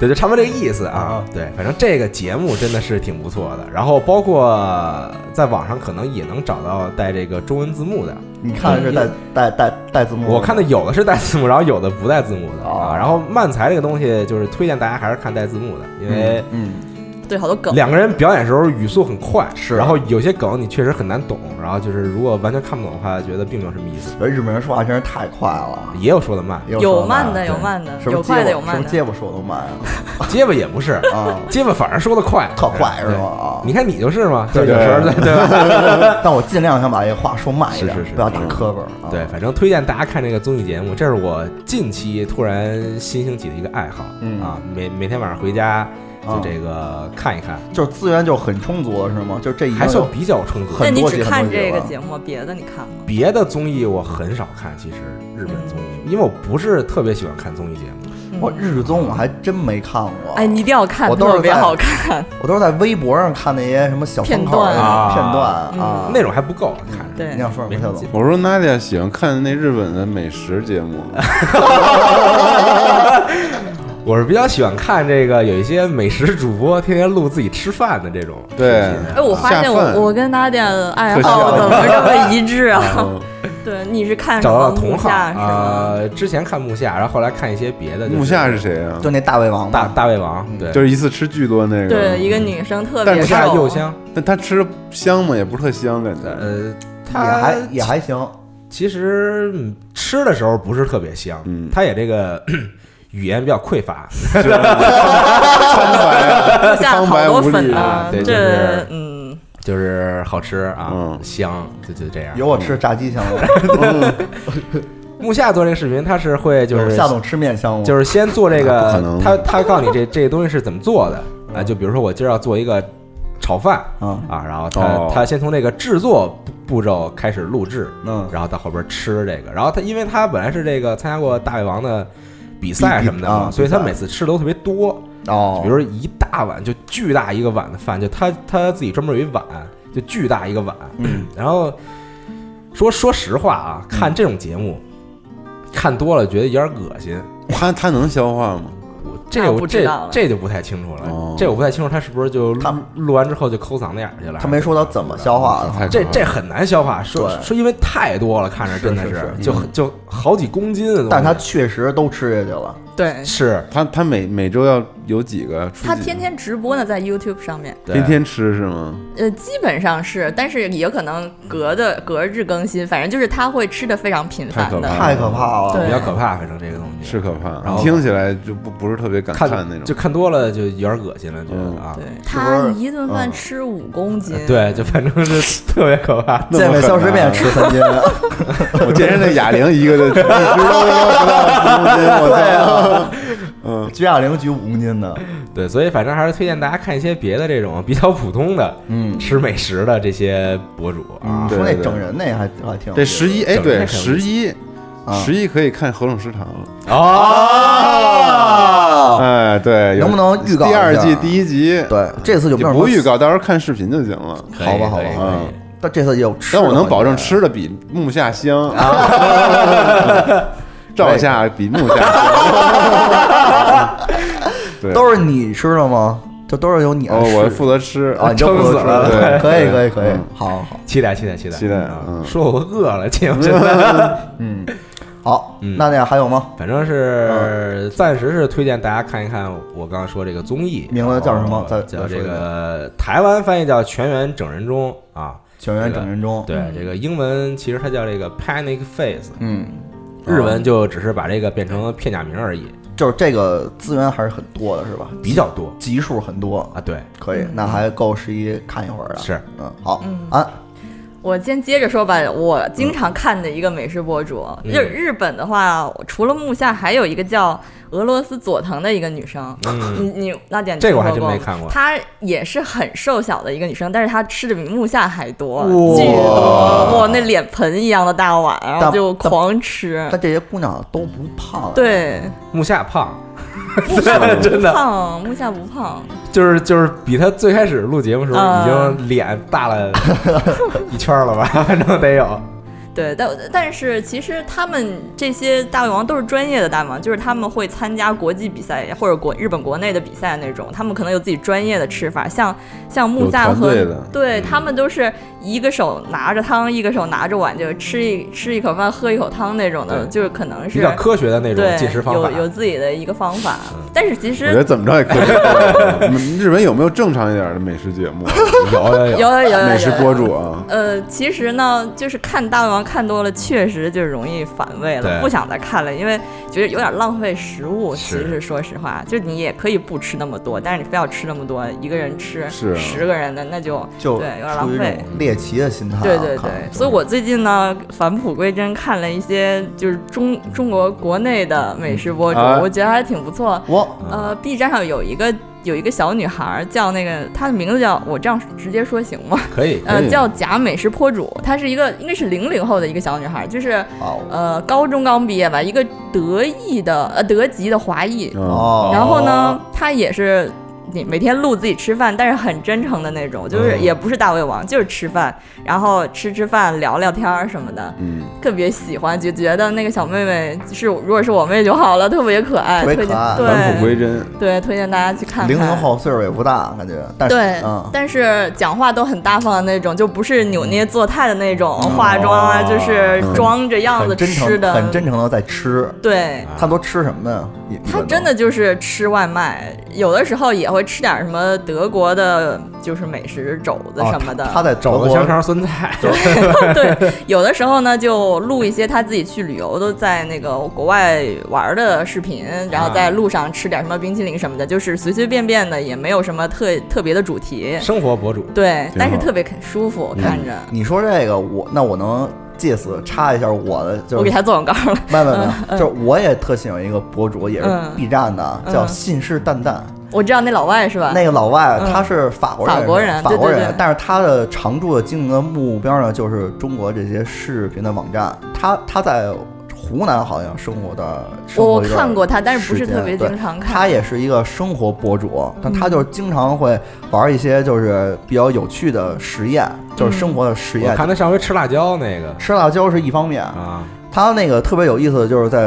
Speaker 8: 对，就差不多这个意思啊
Speaker 1: 啊。
Speaker 8: 对，反正这个节目真的是挺不错的。然后包括在网上可能也能找到带这个中文字幕的，
Speaker 1: 你看是带带带带字幕吗，
Speaker 8: 嗯我看的有的是带字幕，然后有的不带字幕的
Speaker 1: 嗯哦
Speaker 8: 啊。然后漫才这个东西就是推荐大家还是看带字幕的，因为
Speaker 1: 嗯，嗯，
Speaker 9: 对好多梗，
Speaker 8: 两个人表演的时候语速很快，
Speaker 1: 是
Speaker 8: 然后有些梗你确实很难懂，然后就是如果完全看不懂的话，觉得并没有什么意思。
Speaker 1: 觉得日本人说话真是太快了，
Speaker 8: 也有
Speaker 1: (laughs)
Speaker 8: 说的慢，
Speaker 1: 也有啊
Speaker 9: 有
Speaker 1: 说
Speaker 9: 慢的
Speaker 1: 对
Speaker 9: 有慢的，
Speaker 1: 是不
Speaker 9: 有
Speaker 1: 是
Speaker 9: 快的
Speaker 1: 结
Speaker 9: 有
Speaker 1: 巴
Speaker 9: 慢
Speaker 1: 是不是结
Speaker 9: 的，
Speaker 1: 巴说的慢啊？
Speaker 8: 结巴也不是，
Speaker 1: 啊，
Speaker 8: 结巴反而说的快，
Speaker 1: 特快是吗？啊
Speaker 8: 对？你看你就是嘛，
Speaker 1: 对
Speaker 8: 有时候对对吧？
Speaker 1: (laughs) 但我尽量想把这话说慢一点，
Speaker 8: 是是是嗯
Speaker 1: 不要打磕巴。啊
Speaker 8: 对，，反正推荐大家看这个综艺节目，这是我近期突然新兴起的一个爱好、
Speaker 1: 嗯
Speaker 8: 啊，每每天晚上回家就
Speaker 1: 啊
Speaker 8: 这个看一看，
Speaker 1: 就是资源就很充足了，是吗？就这
Speaker 4: 嗯
Speaker 1: 一
Speaker 8: 还算
Speaker 1: 就
Speaker 8: 比较充足。
Speaker 1: 很
Speaker 9: 那你
Speaker 1: 多集
Speaker 9: 只
Speaker 1: 很
Speaker 9: 看
Speaker 1: 多集
Speaker 9: 这个
Speaker 1: 了
Speaker 9: 节目，别的你看吗？
Speaker 8: 别的综艺我很少看，其实日本综
Speaker 4: 嗯
Speaker 8: 艺，因为我不是特别喜欢看综艺节目。
Speaker 9: 嗯
Speaker 1: 我日综我还真没看过。
Speaker 9: 哎，你一定要看，
Speaker 1: 我都是
Speaker 9: 特别
Speaker 1: 在
Speaker 9: 好看。
Speaker 1: 我都是在微博上看那些什么小风
Speaker 9: 片
Speaker 1: 口
Speaker 9: 段
Speaker 1: 啊
Speaker 8: 啊
Speaker 1: 片段
Speaker 9: 嗯
Speaker 1: 啊，
Speaker 8: 那种还不够看着。
Speaker 1: 你
Speaker 9: 对，
Speaker 1: 想说什么？小总
Speaker 4: 我说娜姐喜欢看那日本的美食节目，
Speaker 8: 我是比较喜欢看这个有一些美食主播天天录自己吃饭的这种。啊
Speaker 4: 对
Speaker 9: 哎，我发现
Speaker 4: 下饭
Speaker 9: 我我跟大家的爱
Speaker 4: 特效
Speaker 9: 好怎么这么一致啊？
Speaker 4: 嗯
Speaker 9: (laughs) 对，你是看
Speaker 8: 找到了
Speaker 9: 什么
Speaker 8: 同
Speaker 9: 木
Speaker 8: 好
Speaker 9: 下是
Speaker 8: 啊、
Speaker 9: 吗？
Speaker 8: 呃之前看木下，然后后来看一些别的、就是。
Speaker 4: 木下是？谁啊
Speaker 1: 就？那大胃王
Speaker 8: 大
Speaker 1: 吧，
Speaker 8: 大胃王，对，
Speaker 4: 就是一次吃巨多那个。
Speaker 9: 对，一个女生特
Speaker 4: 但
Speaker 9: 别
Speaker 4: 是
Speaker 8: 木下
Speaker 9: 瘦
Speaker 8: 柚香，
Speaker 4: 那他吃香吗？也不是特香，感
Speaker 8: (laughs)
Speaker 4: 觉。
Speaker 8: 呃，
Speaker 1: 也
Speaker 8: 他
Speaker 1: 还也还行。
Speaker 8: 其实嗯吃的时候不是特别香，
Speaker 4: 嗯
Speaker 8: 他也这个 (clears throat) 语言比较匮乏，
Speaker 9: (laughs) 木下好多粉
Speaker 8: 啊
Speaker 9: 呢
Speaker 8: 对，就
Speaker 9: 这
Speaker 8: 是
Speaker 9: 嗯，
Speaker 8: 就是好吃啊，
Speaker 4: 嗯
Speaker 8: 香，就就这样。
Speaker 1: 有我吃炸鸡香吗？
Speaker 8: 木下做这个视频，他是会就
Speaker 1: 有
Speaker 8: 是
Speaker 1: 夏总吃面香吗？
Speaker 8: 就是是先做这
Speaker 4: 那啊不可
Speaker 8: 个
Speaker 4: 能，
Speaker 8: 他他告诉你这这个东西是怎么做的啊，就比如说我今儿要做一个炒饭
Speaker 1: 嗯
Speaker 8: 啊，然后他、
Speaker 4: 哦
Speaker 8: 他先从这个制作步步骤开始录制，
Speaker 1: 嗯，
Speaker 8: 然后到后边吃这个，然后他因为他本来是这个参加过大胃王的比赛什么的
Speaker 1: 比比
Speaker 8: 嘛，
Speaker 1: 啊
Speaker 8: 所以他
Speaker 1: 比赛
Speaker 8: 每次吃的都特别多，
Speaker 1: 哦，
Speaker 8: 比如说一大碗就巨大一个碗的饭，就他他自己专门有一碗，就巨大一个碗。
Speaker 1: 嗯
Speaker 8: (clears throat) 然后说说实话啊，看这种节目、看多了觉得有点恶心，
Speaker 4: 他他能消化吗？
Speaker 8: 我这
Speaker 9: 那
Speaker 8: 我
Speaker 9: 不知
Speaker 8: 这
Speaker 9: 道了
Speaker 8: 这就不太清楚了，
Speaker 4: 哦
Speaker 8: 这我不太清楚他是不是就录
Speaker 1: 他
Speaker 8: 录完之后就抠嗓子眼儿去了。
Speaker 1: 他没说他怎么消化的，
Speaker 4: 太
Speaker 8: 这这很难消化，说
Speaker 1: 对
Speaker 8: 说因为太多了，看着
Speaker 1: 是
Speaker 8: 真的
Speaker 1: 是是嗯
Speaker 8: 就很就好几公斤的东西，
Speaker 1: 但是他确实都吃下去了。
Speaker 9: 对，
Speaker 8: 是
Speaker 4: 他他每每周要有几个？出
Speaker 9: 她
Speaker 4: 几个
Speaker 9: 天天直播呢，在 YouTube 上面，
Speaker 8: 对
Speaker 4: 天天吃是吗？
Speaker 9: 呃，基本上是，但是也可能隔的隔日更新，反正就是她会吃的非常频
Speaker 4: 太
Speaker 9: 繁
Speaker 4: 可怕
Speaker 9: 的。
Speaker 4: 了
Speaker 1: 太可怕了！
Speaker 9: 对
Speaker 8: 比较可怕，反正这个东西
Speaker 4: 是可怕，
Speaker 8: 然后
Speaker 4: 听起来就不不是特别感
Speaker 8: 看
Speaker 4: 叹那种。
Speaker 8: 就看多了就有点恶心了，觉
Speaker 1: 嗯
Speaker 8: 得啊
Speaker 9: 对，，
Speaker 1: 是不是
Speaker 9: 她一顿饭
Speaker 1: 嗯
Speaker 9: 吃五公斤，
Speaker 8: 对，就反正是特别可怕。
Speaker 1: 健美消失面
Speaker 4: 吃。
Speaker 1: 吃三斤，
Speaker 4: (laughs) 我健身的哑铃一个 (laughs) 就知道一个不到十公斤，我操！嗯
Speaker 1: 举哑铃举五公斤的，
Speaker 8: 对，所以反正还是推荐大家看一些别的这种比较普通的
Speaker 1: 嗯，
Speaker 8: 吃美食的这些博主啊。
Speaker 1: 说那
Speaker 4: 对对
Speaker 1: 整人那还还挺有
Speaker 4: 这
Speaker 1: 意思
Speaker 4: 十一哎，
Speaker 8: 整
Speaker 4: 对
Speaker 8: 天看
Speaker 4: 十一
Speaker 1: 啊，
Speaker 4: 十一可以看《合拢食堂》了。
Speaker 1: 哦，
Speaker 4: 哎，对，有
Speaker 1: 能不能预告一
Speaker 4: 第
Speaker 1: 下
Speaker 4: 二季第一集？
Speaker 1: 对，这次就没有什
Speaker 4: 就
Speaker 1: 么
Speaker 4: 不预，告，到时候看视频就行了。
Speaker 8: 可以
Speaker 1: 好吧好吧
Speaker 8: 可以
Speaker 4: 嗯
Speaker 8: 可以
Speaker 1: 但这次有吃的
Speaker 4: 但
Speaker 1: 环节，
Speaker 4: 我能保证吃的比木下香，啊 (laughs) 照下比木下 (laughs) 香。对，
Speaker 1: 都是你吃的吗？这都是由你来
Speaker 4: 哦，我
Speaker 1: 吃
Speaker 4: 负责吃
Speaker 1: 啊，你就负责吃
Speaker 4: (laughs) 撑死了对
Speaker 1: 可以
Speaker 4: 对
Speaker 1: 可以可以
Speaker 4: 嗯，
Speaker 1: 好好
Speaker 8: 期待期待期待
Speaker 4: 期待嗯
Speaker 8: 说我饿了，节目真的。
Speaker 1: (laughs) 嗯好，
Speaker 8: 嗯
Speaker 1: 那那样还有吗？
Speaker 8: 反正是
Speaker 1: 嗯
Speaker 8: 暂时是推荐大家看一看我刚刚说这个综艺，啊
Speaker 1: 名字叫什么再
Speaker 8: 叫
Speaker 1: 再说
Speaker 8: 这
Speaker 1: 一遍
Speaker 8: 个台湾翻译叫《全员整人中》啊。
Speaker 1: 全员整人中，
Speaker 8: 对，这个英文其实它叫这个 Panic Face，
Speaker 1: 嗯，
Speaker 8: 日文就只是把这个变成片假名而已，
Speaker 9: 嗯
Speaker 1: 就是这个资源还是很多的，是吧？
Speaker 8: 比较多
Speaker 1: 集数很多，
Speaker 8: 啊。对，
Speaker 1: 可以，那还够十一看一会儿的。
Speaker 8: 是，
Speaker 1: 嗯，好
Speaker 9: 嗯，
Speaker 1: 啊，
Speaker 9: 我先接着说吧，我经常看的一个美食博主，
Speaker 8: 嗯
Speaker 9: 就是日本的话，除了木下，还有一个叫俄罗斯佐藤的一个女生。
Speaker 8: 嗯，
Speaker 9: 你你那点
Speaker 8: (laughs) 这个我还真
Speaker 9: 听说过
Speaker 8: 没
Speaker 9: 吗
Speaker 8: 看
Speaker 9: (laughs)
Speaker 8: 过。
Speaker 9: 她也是很瘦小的一个女生，但是她吃的比木下还多，
Speaker 1: 哇
Speaker 9: 巨多，哇，那脸盆一样的大碗，然后就狂吃。
Speaker 1: 但这些姑娘都不胖啊，
Speaker 9: 嗯对，
Speaker 8: 木下胖，(laughs)
Speaker 9: 不
Speaker 8: 真的
Speaker 9: 胖，木下不胖，
Speaker 8: 就是就是比他最开始录节目时候
Speaker 9: 啊
Speaker 8: 已经脸大了
Speaker 9: (laughs)
Speaker 8: 一圈了吧， (laughs) 反正得有。
Speaker 9: 对，但但是其实他们这些大胃王都是专业的大胃王，就是他们会参加国际比赛或者国日本国内的比赛那种，他们可能有自己专业的吃法，像像木
Speaker 4: 有
Speaker 9: 下
Speaker 4: 团
Speaker 9: 和
Speaker 4: 队的
Speaker 9: 对他们都是一个手拿着汤，一个手拿着碗，就是吃一吃一口饭，喝一口汤那种的，
Speaker 8: 对
Speaker 9: 就是可能是
Speaker 8: 比较科学的那种
Speaker 9: 对
Speaker 8: 进食方法
Speaker 9: 有。有自己的一个方法。但是其
Speaker 4: 我觉得
Speaker 9: 实
Speaker 4: 怎么着也可以。你们日本有没有正常一点的美食节目？啊
Speaker 9: (laughs)
Speaker 8: 有有
Speaker 9: 有有有有
Speaker 4: 美食
Speaker 9: 有
Speaker 4: 博主啊，
Speaker 9: 呃，其实呢，就是看大胃王看多了，确实就容易反胃了，
Speaker 8: 对
Speaker 9: 不想再看了，因为觉得有点浪费食物。其
Speaker 8: 是
Speaker 9: 实说实话，就你也可以不吃那么多，但是你非要吃那么多，一个人吃
Speaker 4: 是啊
Speaker 9: 十个人的，那就
Speaker 1: 就
Speaker 9: 对有点
Speaker 1: 出
Speaker 9: 浪
Speaker 1: 于一
Speaker 9: 费
Speaker 1: 种。猎奇的心态啊。
Speaker 9: 对对
Speaker 1: 看
Speaker 9: 对，所以我最近呢返璞归真，看了一些就是中中国国内的美食博主，
Speaker 4: 啊
Speaker 9: 我觉得还挺不错。
Speaker 1: 我
Speaker 9: 呃，B 站上有一个有一个小女孩儿叫那个，她的名字叫我这样直接说行吗？
Speaker 8: 可以，
Speaker 9: 呃
Speaker 1: 哎
Speaker 4: 可，以
Speaker 9: 叫假美食博主，她是一个应该是零零后的一个小女孩，就是
Speaker 1: 哦
Speaker 9: 呃高中刚毕业吧，一个德裔的呃德籍的华裔，
Speaker 8: 呃
Speaker 4: 哦，
Speaker 1: 哦，
Speaker 9: 然后呢，她也是。你每天录自己吃饭，但是很真诚的那种，就是
Speaker 8: 嗯
Speaker 9: 也不是大胃王，就是吃饭，然后吃吃饭聊聊天儿什么的，
Speaker 4: 嗯，
Speaker 9: 特别喜欢，就觉得那个小妹妹是如果是我妹就好了，特别可爱，
Speaker 1: 特别
Speaker 9: 推荐
Speaker 1: 可爱
Speaker 4: 返璞
Speaker 9: 对
Speaker 4: 归真，
Speaker 9: 对，推荐大家去看看。
Speaker 1: 零零后岁数也不大，感觉，但是
Speaker 9: 对，
Speaker 1: 嗯，
Speaker 9: 但是讲话都很大方的那种，就不是扭捏作态的那种化妆啊，就是装着样子
Speaker 1: 哦很真
Speaker 9: 吃
Speaker 1: 诚，
Speaker 9: 的，
Speaker 1: 很真诚的在吃。
Speaker 9: 对。
Speaker 1: 他都吃什么呢？一
Speaker 9: 他真的就是吃外卖，有的时候也会吃点什么德国的，就是美食肘子什么的。
Speaker 1: 哦他在德
Speaker 8: 肘
Speaker 1: 国
Speaker 8: 子、香肠、酸菜，
Speaker 9: (laughs) 对，有的时候呢就录一些他自己去旅游都在那个国外玩的视频，然后在路上吃点什么冰淇淋什么的，就是随随便便的，也没有什么特特别的主题。
Speaker 8: 生活博主，
Speaker 9: 对，但是
Speaker 4: 好，
Speaker 9: 特别肯舒服，看着。
Speaker 1: 你说这个，我那我能借此插一下我的，
Speaker 9: 我
Speaker 1: 就
Speaker 9: 给
Speaker 1: 是
Speaker 9: 他做广告了。 (laughs)
Speaker 1: 没有没有没有，就是我也特喜欢一个博主，也是
Speaker 9: 嗯
Speaker 1: B 站的，
Speaker 9: 嗯
Speaker 1: 叫信誓旦旦。
Speaker 9: 我知道那老外是吧？
Speaker 1: 那个老外
Speaker 9: 嗯
Speaker 1: 他是法国人，
Speaker 9: 法国人
Speaker 1: 法
Speaker 9: 对
Speaker 1: 国
Speaker 9: 对
Speaker 1: 人
Speaker 9: 对
Speaker 1: 但是他的常驻的经营的目标呢，就是中国这些视频的网站。他他在湖南好像生活的，生
Speaker 9: 我
Speaker 1: 活一段
Speaker 9: 看过他，但是不是
Speaker 1: 时间啊
Speaker 9: 特别
Speaker 1: 对
Speaker 9: 经常看。
Speaker 1: 他也是一个生活博主，但
Speaker 9: 嗯
Speaker 1: 他就是经常会玩一些就是比较有趣的实验，
Speaker 9: 嗯
Speaker 1: 就是生活的实
Speaker 8: 我
Speaker 1: 验。
Speaker 8: 看他上回吃辣椒那个
Speaker 1: 吃辣椒是一方面，
Speaker 8: 啊，
Speaker 1: 他那个特别有意思的就是在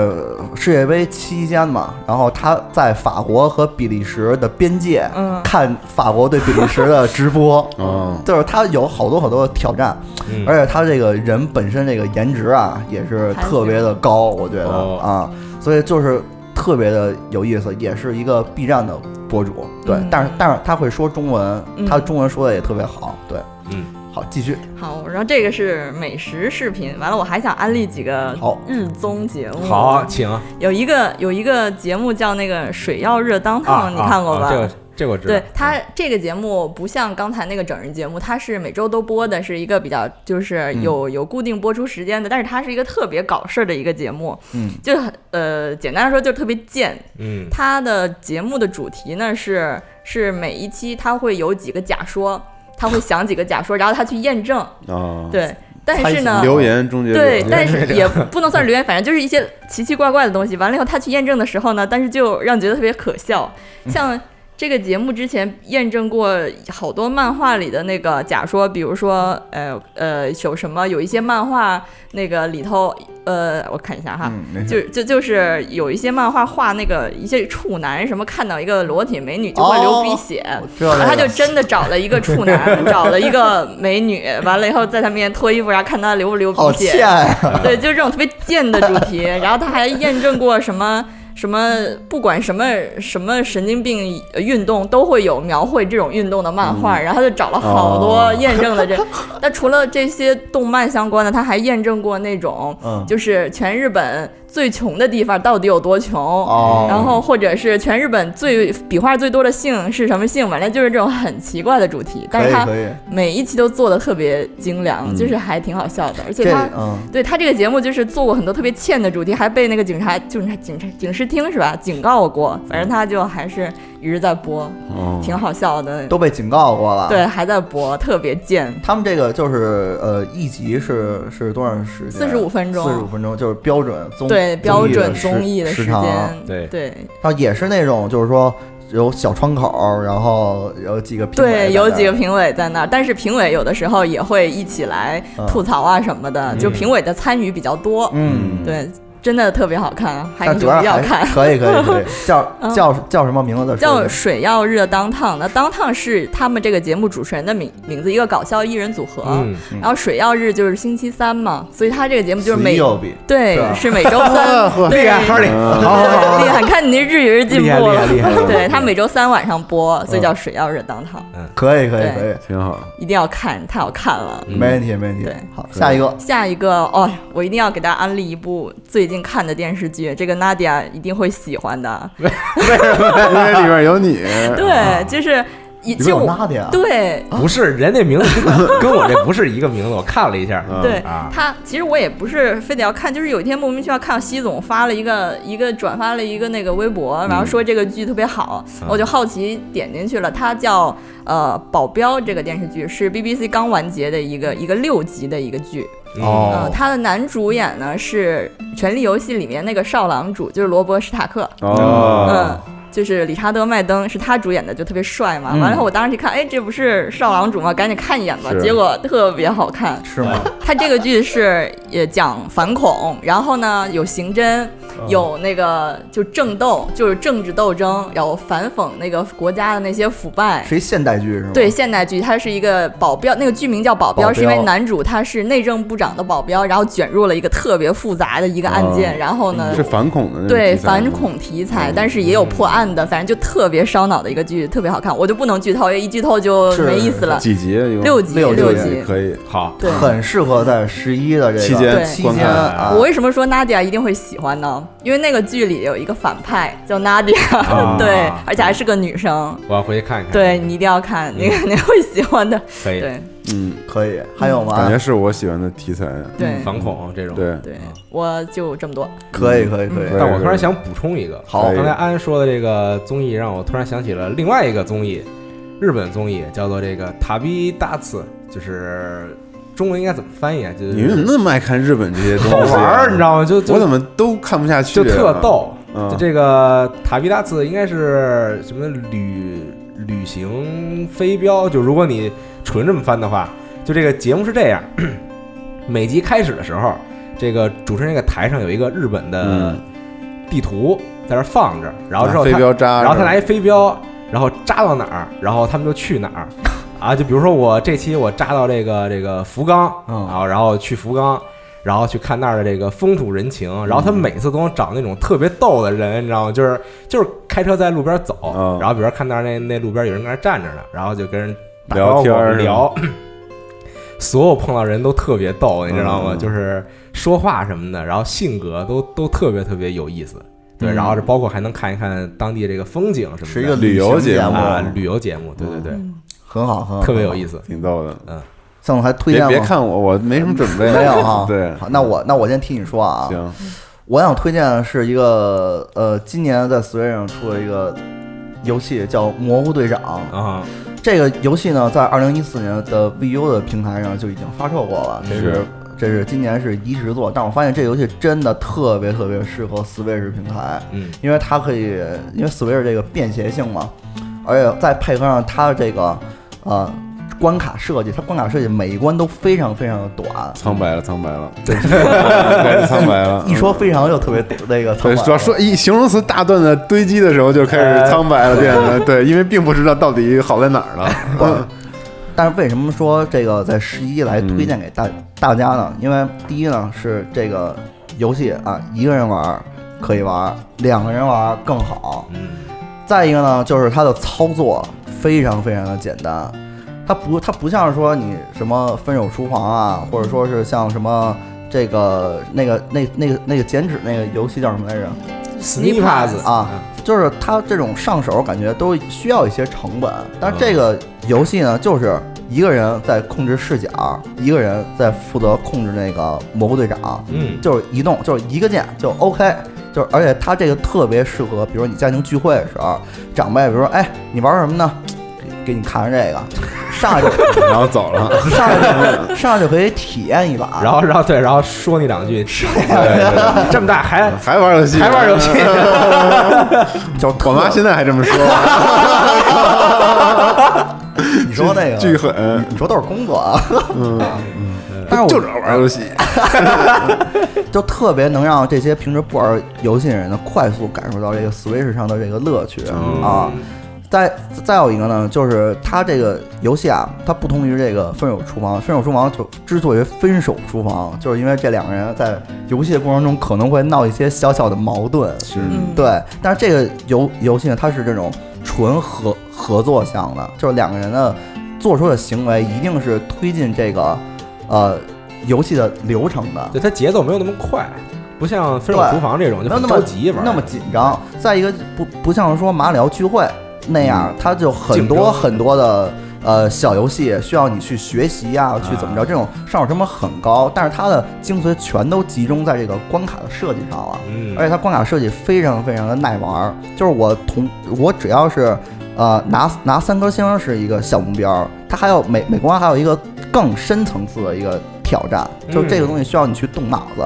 Speaker 1: 世界杯期间嘛，然后他在法国和比利时的边界
Speaker 9: 嗯
Speaker 1: 看法国对比利时的直播 (laughs)
Speaker 4: 哦，
Speaker 1: 就是他有好多好多挑战，
Speaker 8: 嗯
Speaker 1: 而且他这个人本身这个颜值啊也是特别的高，我觉得
Speaker 8: 哦
Speaker 1: 啊，所以就是特别的有意思，也是一个 B 站的博主，对
Speaker 9: 嗯，
Speaker 1: 但是但是他会说中文，
Speaker 9: 嗯
Speaker 1: 他中文说的也特别好，对，
Speaker 8: 嗯，
Speaker 1: 好，继续，
Speaker 9: 好，然后这个是美食视频。完了，我还想安利几个
Speaker 1: 好
Speaker 9: 日综节目。
Speaker 8: 好，，请啊
Speaker 9: 有一个有一个节目叫那个《水曜热当
Speaker 8: 啊
Speaker 9: 烫》，，哦你看过吧？
Speaker 8: 啊这个这个我知道，
Speaker 9: 对它这个节目不像刚才那个整人节目，它是每周都播的，是一个比较就是
Speaker 1: 嗯
Speaker 9: 有、有固定播出时间的，但是它是一个特别搞事儿的一个节目，
Speaker 1: 嗯，
Speaker 9: 就很呃简单来说就是特别贱。
Speaker 8: 嗯，
Speaker 9: 它的节目的主题呢是是每一期它会有几个假说，它会想几个假说，然后它去验证，
Speaker 4: 啊，
Speaker 9: 对，但
Speaker 1: 猜
Speaker 9: 是
Speaker 1: 想
Speaker 9: 呢，
Speaker 4: 留言终结者， (laughs)
Speaker 9: 对，但是也不能算是留言，反正就是一些奇奇怪怪的东西。完了以后，他去验证的时候呢，但是就让觉得特别可笑。
Speaker 4: 嗯
Speaker 9: 像这个节目之前验证过好多漫画里的那个假说，比如说，呃呃，有什么有一些漫画那个里头，呃，我看一下哈，
Speaker 1: 嗯，没事
Speaker 9: 就就就是有一些漫画画那个一些处男什么，看到一个裸体美女就会流
Speaker 1: 哦
Speaker 9: 鼻血，
Speaker 1: 我知道
Speaker 9: 然后他
Speaker 1: 这
Speaker 9: 就
Speaker 1: 个
Speaker 9: 真的找了一个处男，找了一个美女，完了以后在他面前脱衣服，然后看他流不流鼻
Speaker 1: 好
Speaker 9: 血，
Speaker 1: 欠啊呀，
Speaker 9: 对，就是这种特别贱的主题。然后他还验证过什么什么，不管什么什么神经病呃运动都会有描绘这种运动的漫画，
Speaker 1: 嗯
Speaker 9: 然后他就找了好多
Speaker 4: 哦
Speaker 9: 验证的这。那、除了这些动漫相关的，他还验证过那种
Speaker 1: 嗯，
Speaker 9: 就是全日本最穷的地方到底有多穷。
Speaker 1: 哦，
Speaker 9: 然后，或者是全日本最笔画最多的姓是什么姓？反正就是这种很奇怪的主题，但
Speaker 1: 可
Speaker 9: 是
Speaker 1: 以
Speaker 9: 他
Speaker 1: 可以，
Speaker 9: 每一期都做的特别精良，
Speaker 4: 嗯
Speaker 9: 就是还挺好笑的。而且
Speaker 1: 这
Speaker 9: 他
Speaker 1: 嗯。
Speaker 9: 对他这个节目就是做过很多特别欠的主题，还被那个警察、警察、警察、警视厅是吧警告过。反正他就还是一直在播，
Speaker 4: 哦
Speaker 9: 挺好笑的。
Speaker 1: 嗯都被啊警告过了。，
Speaker 9: 对，还在播，特别贱。
Speaker 1: 他们这个就是呃，一集是是多长时间？
Speaker 9: 45分钟
Speaker 1: 四十五分钟就是标准综
Speaker 9: 对，标准综艺
Speaker 1: 艺
Speaker 9: 的
Speaker 1: 时
Speaker 9: 时
Speaker 1: 长啊。
Speaker 9: 间，
Speaker 8: 对
Speaker 9: 对
Speaker 1: 然后也是那种就是说有小窗口，然后有几个评委在
Speaker 9: 对，
Speaker 1: 那
Speaker 9: 有几个评委在那儿，但是评委有的时候也会一起来
Speaker 1: 嗯
Speaker 8: 嗯
Speaker 9: 吐槽啊什么的，就评委的参与比较多。
Speaker 1: 嗯，
Speaker 9: 对，真的特别好
Speaker 8: 嗯
Speaker 9: 看，啊还
Speaker 1: 但
Speaker 9: 一
Speaker 1: 主
Speaker 9: 定
Speaker 1: 要
Speaker 9: 要
Speaker 1: 还
Speaker 8: (laughs)
Speaker 9: 看。
Speaker 1: 可以可以
Speaker 9: (laughs)
Speaker 1: 可以，叫
Speaker 9: 嗯
Speaker 1: 叫叫什么名字的？
Speaker 9: 叫《水曜日的 Downtown》，那 Downtown 是他们这个节目主持人的名名字，一个搞笑艺人组合。
Speaker 8: 嗯，
Speaker 9: 然后水曜日就是星期三嘛，所以他这个节目就是每
Speaker 1: 右比，
Speaker 9: 对
Speaker 1: 是吧
Speaker 9: 是每周
Speaker 8: (laughs)
Speaker 9: 三，对
Speaker 8: 厉害，哈利，
Speaker 4: 嗯
Speaker 8: 好好好，
Speaker 9: 厉害，看你那日语是进
Speaker 8: 厉害
Speaker 9: 步
Speaker 8: 厉害
Speaker 9: 了。
Speaker 8: 厉害，厉害嗯
Speaker 9: 对他每周三晚上播，所以叫水曜日当堂，
Speaker 1: 可以可以
Speaker 9: 对
Speaker 1: 可以，
Speaker 4: 挺好。
Speaker 9: (laughs) 一定要看，太好看了。
Speaker 8: 嗯
Speaker 1: 没问题没问题
Speaker 9: 对。
Speaker 1: 好，下一个
Speaker 9: 下一个哦，我一定要给大家安利一部最近看的电视剧，这个 Nadia 一定会喜欢的。
Speaker 4: 为什么因为里边有你？
Speaker 8: 啊
Speaker 9: 对，就是一
Speaker 1: 里面有
Speaker 9: 就
Speaker 1: 娜姐啊，
Speaker 9: 对
Speaker 8: (laughs) 不是人那名字跟跟我这不是一个名字，我看了一下，
Speaker 4: 嗯
Speaker 9: 对
Speaker 8: 啊，
Speaker 9: 他其实我也不是非得要看，就是有一天莫名其妙看到西总发了一个一个转发了一个那个微博，然后说这个剧特别好，
Speaker 8: 嗯
Speaker 9: 我就好奇点进去了。它叫呃《保镖》这个电视剧是 BBC 刚完结的一个一个六集的一个剧，
Speaker 8: 哦
Speaker 9: 嗯、呃，它的男主演呢是《权力游戏》里面那个少郎主，就是罗伯·史塔克，
Speaker 4: 哦，
Speaker 9: 嗯。就是理查德·麦登是他主演的，就特别帅嘛。
Speaker 1: 嗯
Speaker 9: 完了以后，我当时一看，哎，这不是少郎主吗？赶紧看一眼吧。
Speaker 4: 是
Speaker 9: 结果特别好看，
Speaker 1: 是吗？
Speaker 9: 它这个剧是也讲反恐，然后呢有刑侦，有那个就政斗，就是政治斗争，有反讽那个国家的那些腐败。
Speaker 1: 是一现代剧是吗？
Speaker 9: 对，现代剧，它是一个保镖，那个剧名叫《保镖》，
Speaker 1: 保镖
Speaker 9: 是因为男主他是内政部长的保镖，然后卷入了一个特别复杂的一个案件，
Speaker 4: 哦
Speaker 9: 然后呢，
Speaker 4: 是反恐的那种
Speaker 9: 对
Speaker 4: 嗯题材吗
Speaker 9: 反恐题材，但是也有破案的，反正就特别烧脑的一个剧，特别好看。我就不能剧透，一剧透就是没意思了。
Speaker 4: 几集啊？一共
Speaker 9: 六集，
Speaker 1: 六
Speaker 9: 六
Speaker 1: 集
Speaker 9: 集，
Speaker 4: 可以。
Speaker 8: 好，
Speaker 9: 对，
Speaker 1: 很适合在十一的这个
Speaker 4: 期间
Speaker 9: 对
Speaker 1: 期
Speaker 4: 观
Speaker 1: 间
Speaker 4: 看
Speaker 1: 啊
Speaker 9: 我，为什么说 Nadia 一定会喜欢呢？因为那个剧里有一个反派叫 Nadia，、
Speaker 8: 啊
Speaker 9: (laughs) 对，而且还是个女生。
Speaker 8: 我要回去看嗯看，
Speaker 9: 对你一定要看，你肯定会喜欢的。
Speaker 8: 可以，
Speaker 9: 对
Speaker 4: 嗯，
Speaker 1: 可以。还有
Speaker 4: 感
Speaker 1: 吗
Speaker 4: 觉？是嗯我喜欢的题材。
Speaker 9: 对
Speaker 8: 反嗯恐这种，
Speaker 4: 对，
Speaker 9: 对，我就这么多。
Speaker 1: 可以可以可以
Speaker 4: 嗯。
Speaker 8: 但我突然想补充一个，
Speaker 1: 好
Speaker 8: 刚才安说的这个综艺让我突然想起了另外一个综艺，日本综艺叫做这个《塔比大次》，就是中文应该怎么翻译啊？就是
Speaker 4: 你们怎么那么爱看日本这些东西
Speaker 8: 好
Speaker 4: 啊？
Speaker 8: 玩儿，你知道吗？就
Speaker 4: 我
Speaker 8: 就
Speaker 4: 怎么都看不下去
Speaker 8: 就
Speaker 4: 啊，
Speaker 8: 特逗。
Speaker 4: 嗯。
Speaker 8: 就这个塔比大次应该是什么旅旅行飞镖？就如果你纯这么翻的话，就这个节目是这样： (clears throat) 每集开始的时候，这个主持人那个台上有一个日本的
Speaker 4: 嗯啊
Speaker 8: 地图在那儿放着，然后之后
Speaker 4: 飞
Speaker 8: 他
Speaker 4: 镖渣，
Speaker 8: 然后他
Speaker 4: 是吧
Speaker 8: 拿一飞镖，然后扎到哪儿，然后他们就去哪儿。啊，就比如说我这期我扎到这个这个福冈
Speaker 1: 嗯
Speaker 8: 啊，然后去福冈，然后去看那儿的这个风土人情，然后
Speaker 4: 嗯
Speaker 8: 他每次都能找那种特别逗的人，你知道吗？就是就是开车在路边走，
Speaker 4: 嗯
Speaker 8: 然后比如说看那儿那那路边有人跟那儿站着呢，然后就跟人打
Speaker 4: 聊
Speaker 8: 招呼啊
Speaker 4: 天儿是吧
Speaker 8: 聊， (clears throat) 所有碰到人都特别逗，你知道吗？
Speaker 4: 嗯
Speaker 8: 就是说话什么的，然后性格都都特别特别有意思。对，
Speaker 4: 嗯
Speaker 8: 然后这包括还能看一看当地这个风景什么的，
Speaker 1: 是一个嗯
Speaker 4: 旅游
Speaker 1: 行
Speaker 4: 节
Speaker 1: 节
Speaker 4: 目
Speaker 8: 啊旅游节目，对对对，
Speaker 9: 嗯
Speaker 1: 很好很好，
Speaker 8: 特别有意思。
Speaker 4: 挺逗的。
Speaker 1: 向总还推荐
Speaker 4: 别
Speaker 1: 吗？
Speaker 4: 别看我，我没什么准备，。
Speaker 1: 没有哈
Speaker 4: (laughs) 对，
Speaker 1: 好，那我那我先替你说啊。
Speaker 4: 行，
Speaker 1: 我想推荐的是一个呃，今年在 Switch 上出了一个游戏叫《蘑菇队长》。
Speaker 8: 啊，
Speaker 4: 嗯
Speaker 1: 这个游戏呢，在二零一四年的 VU 的平台上就已经发售过了，这
Speaker 4: 嗯是
Speaker 1: 是这是今年是一直做。但我发现这游戏真的特别特别适合 Switch 平台，
Speaker 8: 嗯，
Speaker 1: 因为它可以因为 Switch 这个便携性嘛，而且再配合上它的这个呃关卡设计，它关卡设计每一关都非常非常的短。
Speaker 4: 苍白了，苍白了， (laughs) 对，开始苍白了。嗯
Speaker 1: 一说非常就特别那个苍
Speaker 4: 对，
Speaker 1: 白
Speaker 4: 主要说一形容词大段的堆积的时候就开始苍白了，变得对，因为并不知道到底好在哪
Speaker 1: (laughs)
Speaker 4: 儿了。
Speaker 1: 但是为什么说这个在十一来推荐给大、大家呢？因为第一呢是这个游戏啊，一个人玩儿可以玩儿，两个人玩儿更好。
Speaker 8: 嗯，
Speaker 1: 再一个呢，就是它的操作非常非常的简单，它不它不像是说你什么分手厨房啊，或者说是像什么这个那个那那个那个剪纸那个游戏叫什么来着？
Speaker 8: 斯尼帕子
Speaker 1: 啊，就是它这种上手感觉都需要一些成本，但是这个游戏呢，就是一个人在控制视角，一个人在负责控制那个蘑菇队长，
Speaker 8: 嗯，
Speaker 1: 就是移动，就是一个键就 OK，就是而且它这个特别适合，比如说你家庭聚会的时候，长辈比如说哎，你玩什么呢？给给你看看这个，上来就
Speaker 4: 然后走
Speaker 1: (laughs)
Speaker 4: 了，
Speaker 1: 上来就上来就可以体验一把，
Speaker 8: 然后然后对，然后说你两句，对这么大还
Speaker 4: 还玩游戏，
Speaker 8: 还玩游戏，
Speaker 1: 就是特
Speaker 4: 我妈现在还这么说，啊
Speaker 1: 你说那个
Speaker 4: 巨狠。嗯
Speaker 1: 你说都是工作啊，
Speaker 8: 那我
Speaker 4: 就知道玩游戏，
Speaker 1: 就特别能让这些平时不玩游戏的人呢，快速感受到这个 Switch 上的这个乐趣、
Speaker 4: 嗯
Speaker 1: 啊。再再有一个呢，就是它这个游戏啊，它不同于这个分手厨房。分手厨房就之所以分手厨房，就是因为这两个人在游戏的过程中可能会闹一些小小的矛盾。
Speaker 4: 是
Speaker 9: 嗯，
Speaker 1: 对，但是这个游游戏呢，它是这种纯合合作项的，就是两个人的做出的行为一定是推进这个呃游戏的流程的。
Speaker 8: 对它节奏没有那么快，不像《分手
Speaker 1: 对
Speaker 8: 厨房》这种就
Speaker 1: 没有
Speaker 8: 很
Speaker 1: 那么
Speaker 8: 着急玩，
Speaker 1: 那么紧张。再一个，不不像是说马里奥聚会那样，它就很
Speaker 8: 嗯竞
Speaker 1: 多
Speaker 8: 争
Speaker 1: 很多的呃小游戏需要你去学习呀、去
Speaker 8: 啊
Speaker 1: 怎么着，这种上手成本很高，但是它的精髓全都集中在这个关卡的设计上了。
Speaker 8: 嗯，
Speaker 1: 而且它关卡设计非常非常的耐玩儿，就是我同我只要是呃拿拿三颗星是一个小目标，它还有每每关还有一个更深层次的一个挑战，
Speaker 8: 嗯
Speaker 1: 就是这个东西需要你去动脑子。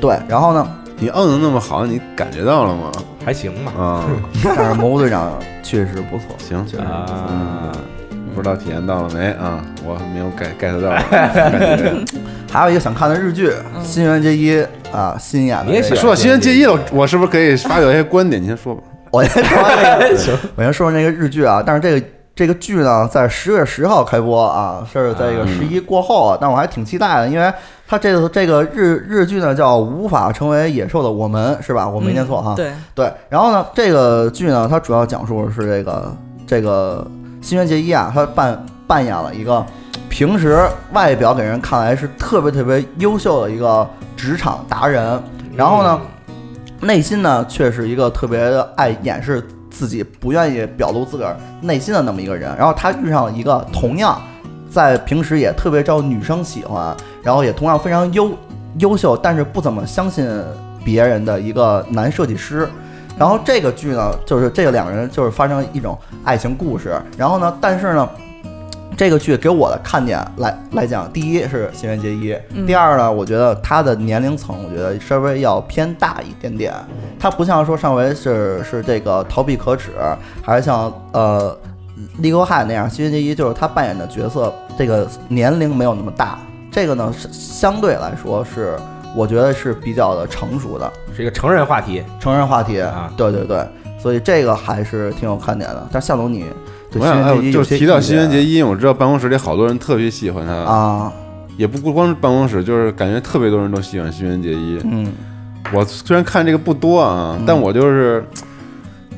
Speaker 1: 对，然后呢，
Speaker 4: 你摁的那么好，你感觉到了吗？
Speaker 8: 还行吧。
Speaker 4: 啊，
Speaker 1: 但是蘑菇队长确实不错，
Speaker 4: 行，
Speaker 1: 确实不错
Speaker 8: 啊，
Speaker 1: 嗯
Speaker 4: 不知道体验到了没啊？我没有 get
Speaker 1: (laughs)
Speaker 4: get 到，感觉
Speaker 1: 还有一个想看的日剧《新垣结衣》啊，新演的
Speaker 8: 你也
Speaker 1: 这个
Speaker 8: 喜
Speaker 4: 说到新垣结衣了，我是不是可以发表一些观点？你先说吧。
Speaker 1: 我先说那
Speaker 8: (laughs)
Speaker 1: 个，我先说那个日剧啊，但是这个这个剧呢，在十月十号开播啊，是在这个十
Speaker 8: 嗯
Speaker 1: 一过后啊，但我还挺期待的，因为它这个这个日日剧呢叫《无法成为野兽的我们》，是吧？我没念错哈。
Speaker 9: 对，
Speaker 1: 对，然后呢，这个剧呢，它主要讲述的是这个这个新垣结衣啊，她扮扮演了一个平时外表给人看来是特别特别优秀的一个职场达人，然后呢，内心呢却是一个特别的爱掩饰自己、不愿意表露自个儿内心的那么一个人。然后她遇上了一个同样在平时也特别招女生喜欢，然后也同样非常优优秀，但是不怎么相信别人的一个男设计师。然后这个剧呢，就是这个两个人就是发生一种爱情故事。然后呢，但是呢，这个剧给我的看点来来讲，第一是新垣结衣，
Speaker 9: 嗯
Speaker 1: 第二呢，我觉得她的年龄层，我觉得稍微要偏大一点点。她不像说上回是是这个逃避可耻，还是像呃利沟汉那样，新垣结衣就是她扮演的角色，这个年龄没有那么大。这个呢，是相对来说是我觉得是比较的成熟的。
Speaker 8: 嗯是一个成人话题，
Speaker 1: 成人话题
Speaker 8: 啊
Speaker 1: 对对对，所以这个还是挺有看点的。但是夏总你对新
Speaker 4: 我想，哎
Speaker 1: 垣结衣
Speaker 4: 我就
Speaker 1: 有
Speaker 4: 是
Speaker 1: 些
Speaker 4: 提到
Speaker 1: 意见
Speaker 4: 新垣结衣，我知道办公室里好多人特别喜欢她，
Speaker 1: 啊，
Speaker 4: 也不光是办公室，就是感觉特别多人都喜欢新垣结衣。
Speaker 1: 嗯
Speaker 4: 我虽然看这个不多啊
Speaker 1: 嗯，
Speaker 4: 但我就是